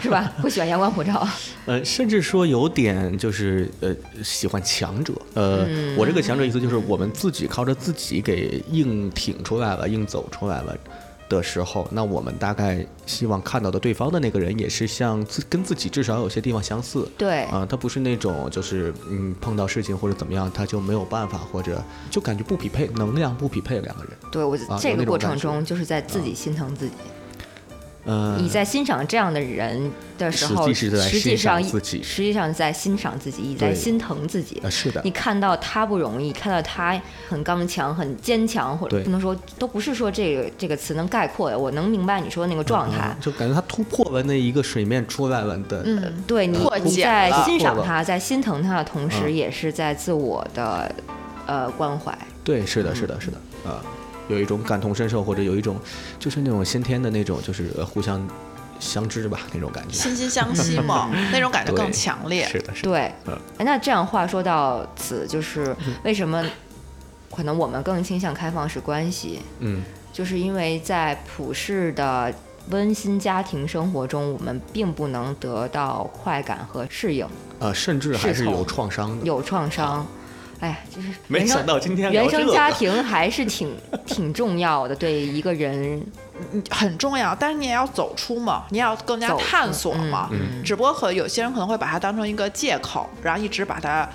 S1: 是吧？不喜欢阳光普 照，
S3: 呃，甚至说有点就是呃喜欢强者，呃，
S1: 嗯
S3: 我这个强者意思就是我们自己靠着自己给硬挺出来了，硬走出来了的时候，那我们大概希望看到的对方的那个人也是像自跟自己至少有些地方相似，
S1: 对
S3: 啊、他不是那种就是嗯碰到事情或者怎么样他就没有办法，或者就感觉不匹配，能量不匹配两个人，
S1: 对我
S3: 啊
S1: 这
S3: 有
S1: 个
S3: 那种
S1: 过程
S3: 感觉啊
S1: 中就是在自己心疼自己。
S3: 呃，
S1: 你在欣赏这样的人的时候，
S3: 实际是在
S1: 实际
S3: 欣赏
S1: 上
S3: 自己
S1: 实际上在欣赏自己，也在
S3: 对
S1: 心疼自己
S3: 呃。是的
S1: 你，看到他不容易，看到他很刚强、很坚强，或者
S3: 对
S1: 不能说都不是说这个这个词能概括的。我能明白你说的那个状态，
S3: 啊就感觉他突破了那一个水面出来了的，嗯
S1: 对你
S2: 破
S1: 你
S2: 茧
S1: 在
S2: 了
S1: 欣赏
S3: 破了
S1: 他、在心疼他的同时，
S3: 嗯
S1: 也是在自我的呃关怀。
S3: 对，是的，是的，是的，啊、有一种感同身受，或者有一种就是那种先天的那种，就是呃互相相知吧那种感觉。
S2: 惺惺相 惜嘛，那种感觉更
S3: 对
S2: 强烈。
S3: 是的，是的。
S1: 对
S3: 嗯，
S1: 哎那这样话说到此，就是为什么可能我们更倾向开放式关系？
S3: 嗯，
S1: 就是因为在普世的温馨家庭生活中，我们并不能得到快感和适应，
S3: 呃，甚至还
S1: 是
S3: 是有
S1: 从
S3: 创伤的。
S1: 有创伤。哎，就是
S3: 啊没
S1: 原生
S3: 想到今天聊
S1: 原生
S3: 这个
S1: 家庭还是挺挺重要的，对一个人
S2: 嗯很重要，但是你也要走出嘛，你也要更加
S1: 走出
S2: 探索嘛。
S3: 嗯
S2: 只不过和有些人可能会把它当成一个借口，然后一直把它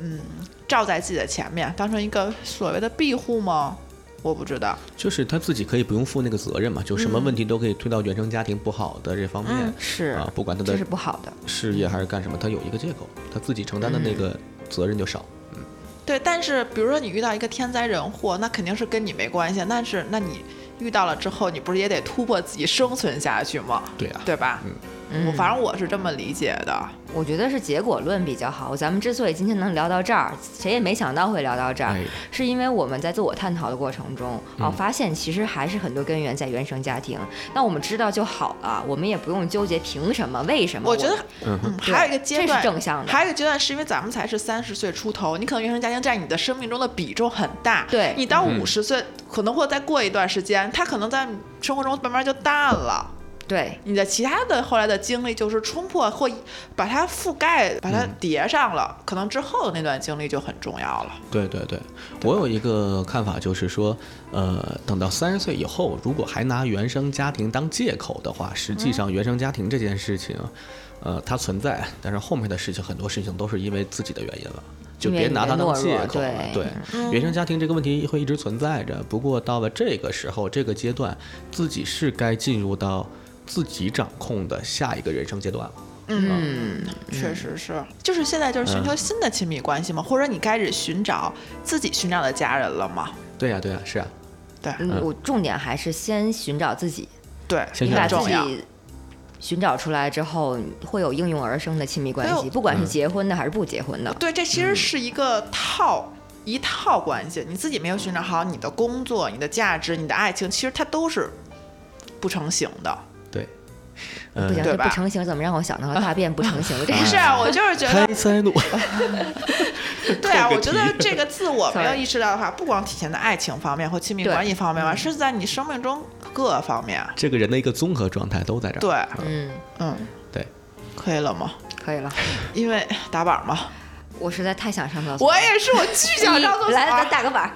S2: 嗯罩在自己的前面，当成一个所谓的庇护吗？我不知道。
S3: 就是他自己可以不用负那个责任嘛，就什么问题都可以推到原生家庭不好的这方面
S2: 嗯
S1: 是
S3: 啊，不管他
S1: 这是
S3: 的
S1: 不好的。
S3: 事业还是干什么，他有一个借口，他自己承担的那个责任就少。
S2: 对，但是比如说你遇到一个天灾人祸，那肯定是跟你没关系，但是那你遇到了之后，你不是也得突破自己生存下去吗？
S3: 对啊，
S2: 对吧？我
S1: 嗯，
S2: 反正我是这么理解的。
S1: 我觉得是结果论比较好。咱们之所以今天能聊到这儿，谁也没想到会聊到这儿，
S3: 哎
S1: 是因为我们在自我探讨的过程中，哦，发现其实还是很多根源在原生家庭。那我们知道就好了，我们也不用纠结凭什么、为什么。
S2: 我觉得，
S3: 嗯哼
S2: 嗯，还有一个阶段
S1: 这是正向的
S2: 还有一个阶段是因为咱们才是三十岁出头，你可能原生家庭占你的生命中的比重很大。
S1: 对
S2: 你到
S3: 嗯
S2: 五十岁，可能会再过一段时间，他可能在生活中慢慢就淡了。
S1: 对，
S2: 你的其他的后来的经历就是冲破或把它覆盖，把
S3: 嗯
S2: 它叠上了，可能之后的那段经历就很重要了。
S3: 对对对，我有一个看法，就是说，呃，等到三十岁以后，如果还拿原生家庭当借口的话，实际上原生家庭这件事情，呃，它存在，但是后面的事情很多事情都是因为自己的原因了。就
S1: 因为
S3: 别
S1: 你
S3: 拿
S1: 的
S3: 它当
S1: 懦弱
S3: 借口了，
S1: 对嗯
S3: 对，原生家庭这个问题会一直存在着。不过到了这个时候、这个阶段，自己是该进入到自己掌控的下一个人生阶段了。
S1: 嗯，
S2: 确实是，就是现在就是
S3: 嗯
S2: 寻求新的亲密关系嘛，或者你开始寻找自己寻找的家人了嘛？
S3: 对呀、对呀、是啊，
S2: 对
S1: 嗯我重点还是先寻找自己，
S2: 对，
S3: 先
S1: 你
S3: 寻找
S1: 把
S2: 很
S1: 自
S2: 重要。
S1: 己寻找出来之后，会有应运而生的亲密关
S2: 哎
S1: 系，
S2: 呦
S1: 不管是结婚的还是不结婚的。
S2: 对，这其
S1: 嗯
S2: 实是一个套、一套关系。你自己没有寻找好你的工作、你的价值、你的爱情，其实它都是不成形的。
S3: 对，
S1: 不行，
S3: 嗯，
S1: 这
S2: 对
S1: 不
S2: 吧
S1: 成形怎么让我想到了大便不成形这个
S2: 不 是
S1: 事儿？
S2: 啊，我就 是觉
S3: 开
S2: 得，
S3: 塞露，
S2: 对啊，
S3: 扣个
S2: 我觉得
S3: 题
S2: 这个自我没有
S1: Sorry
S2: 意识到的话，不光体现在爱情方面或亲密
S1: 对嗯啊
S2: 关系方面吧，是在你生命中各方面。
S3: 这个人的一个综合状态都在这儿。
S2: 对，
S1: 嗯，
S2: 嗯，
S3: 对，
S2: 可以了吗？
S1: 可以了，
S2: 因为打板嘛，
S1: 我实在太想上厕所了。嗯
S2: 我也是，我巨想上厕所。啊
S1: 来，咱打个板儿，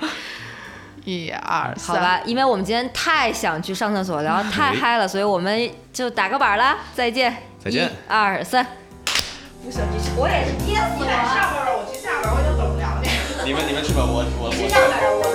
S2: 一二
S1: 好
S2: 三，
S1: 吧？因为我们今天太想去上厕所了，然 后太嗨了，所以我们就打个板儿啦。再见，
S3: 再见
S1: 一二三，
S2: 不行，你
S1: 我也是憋死
S2: 你在上边儿，我去下边儿，我已经等不了你。
S3: 你们你们去吧，我我我。
S1: 上哪儿啊我？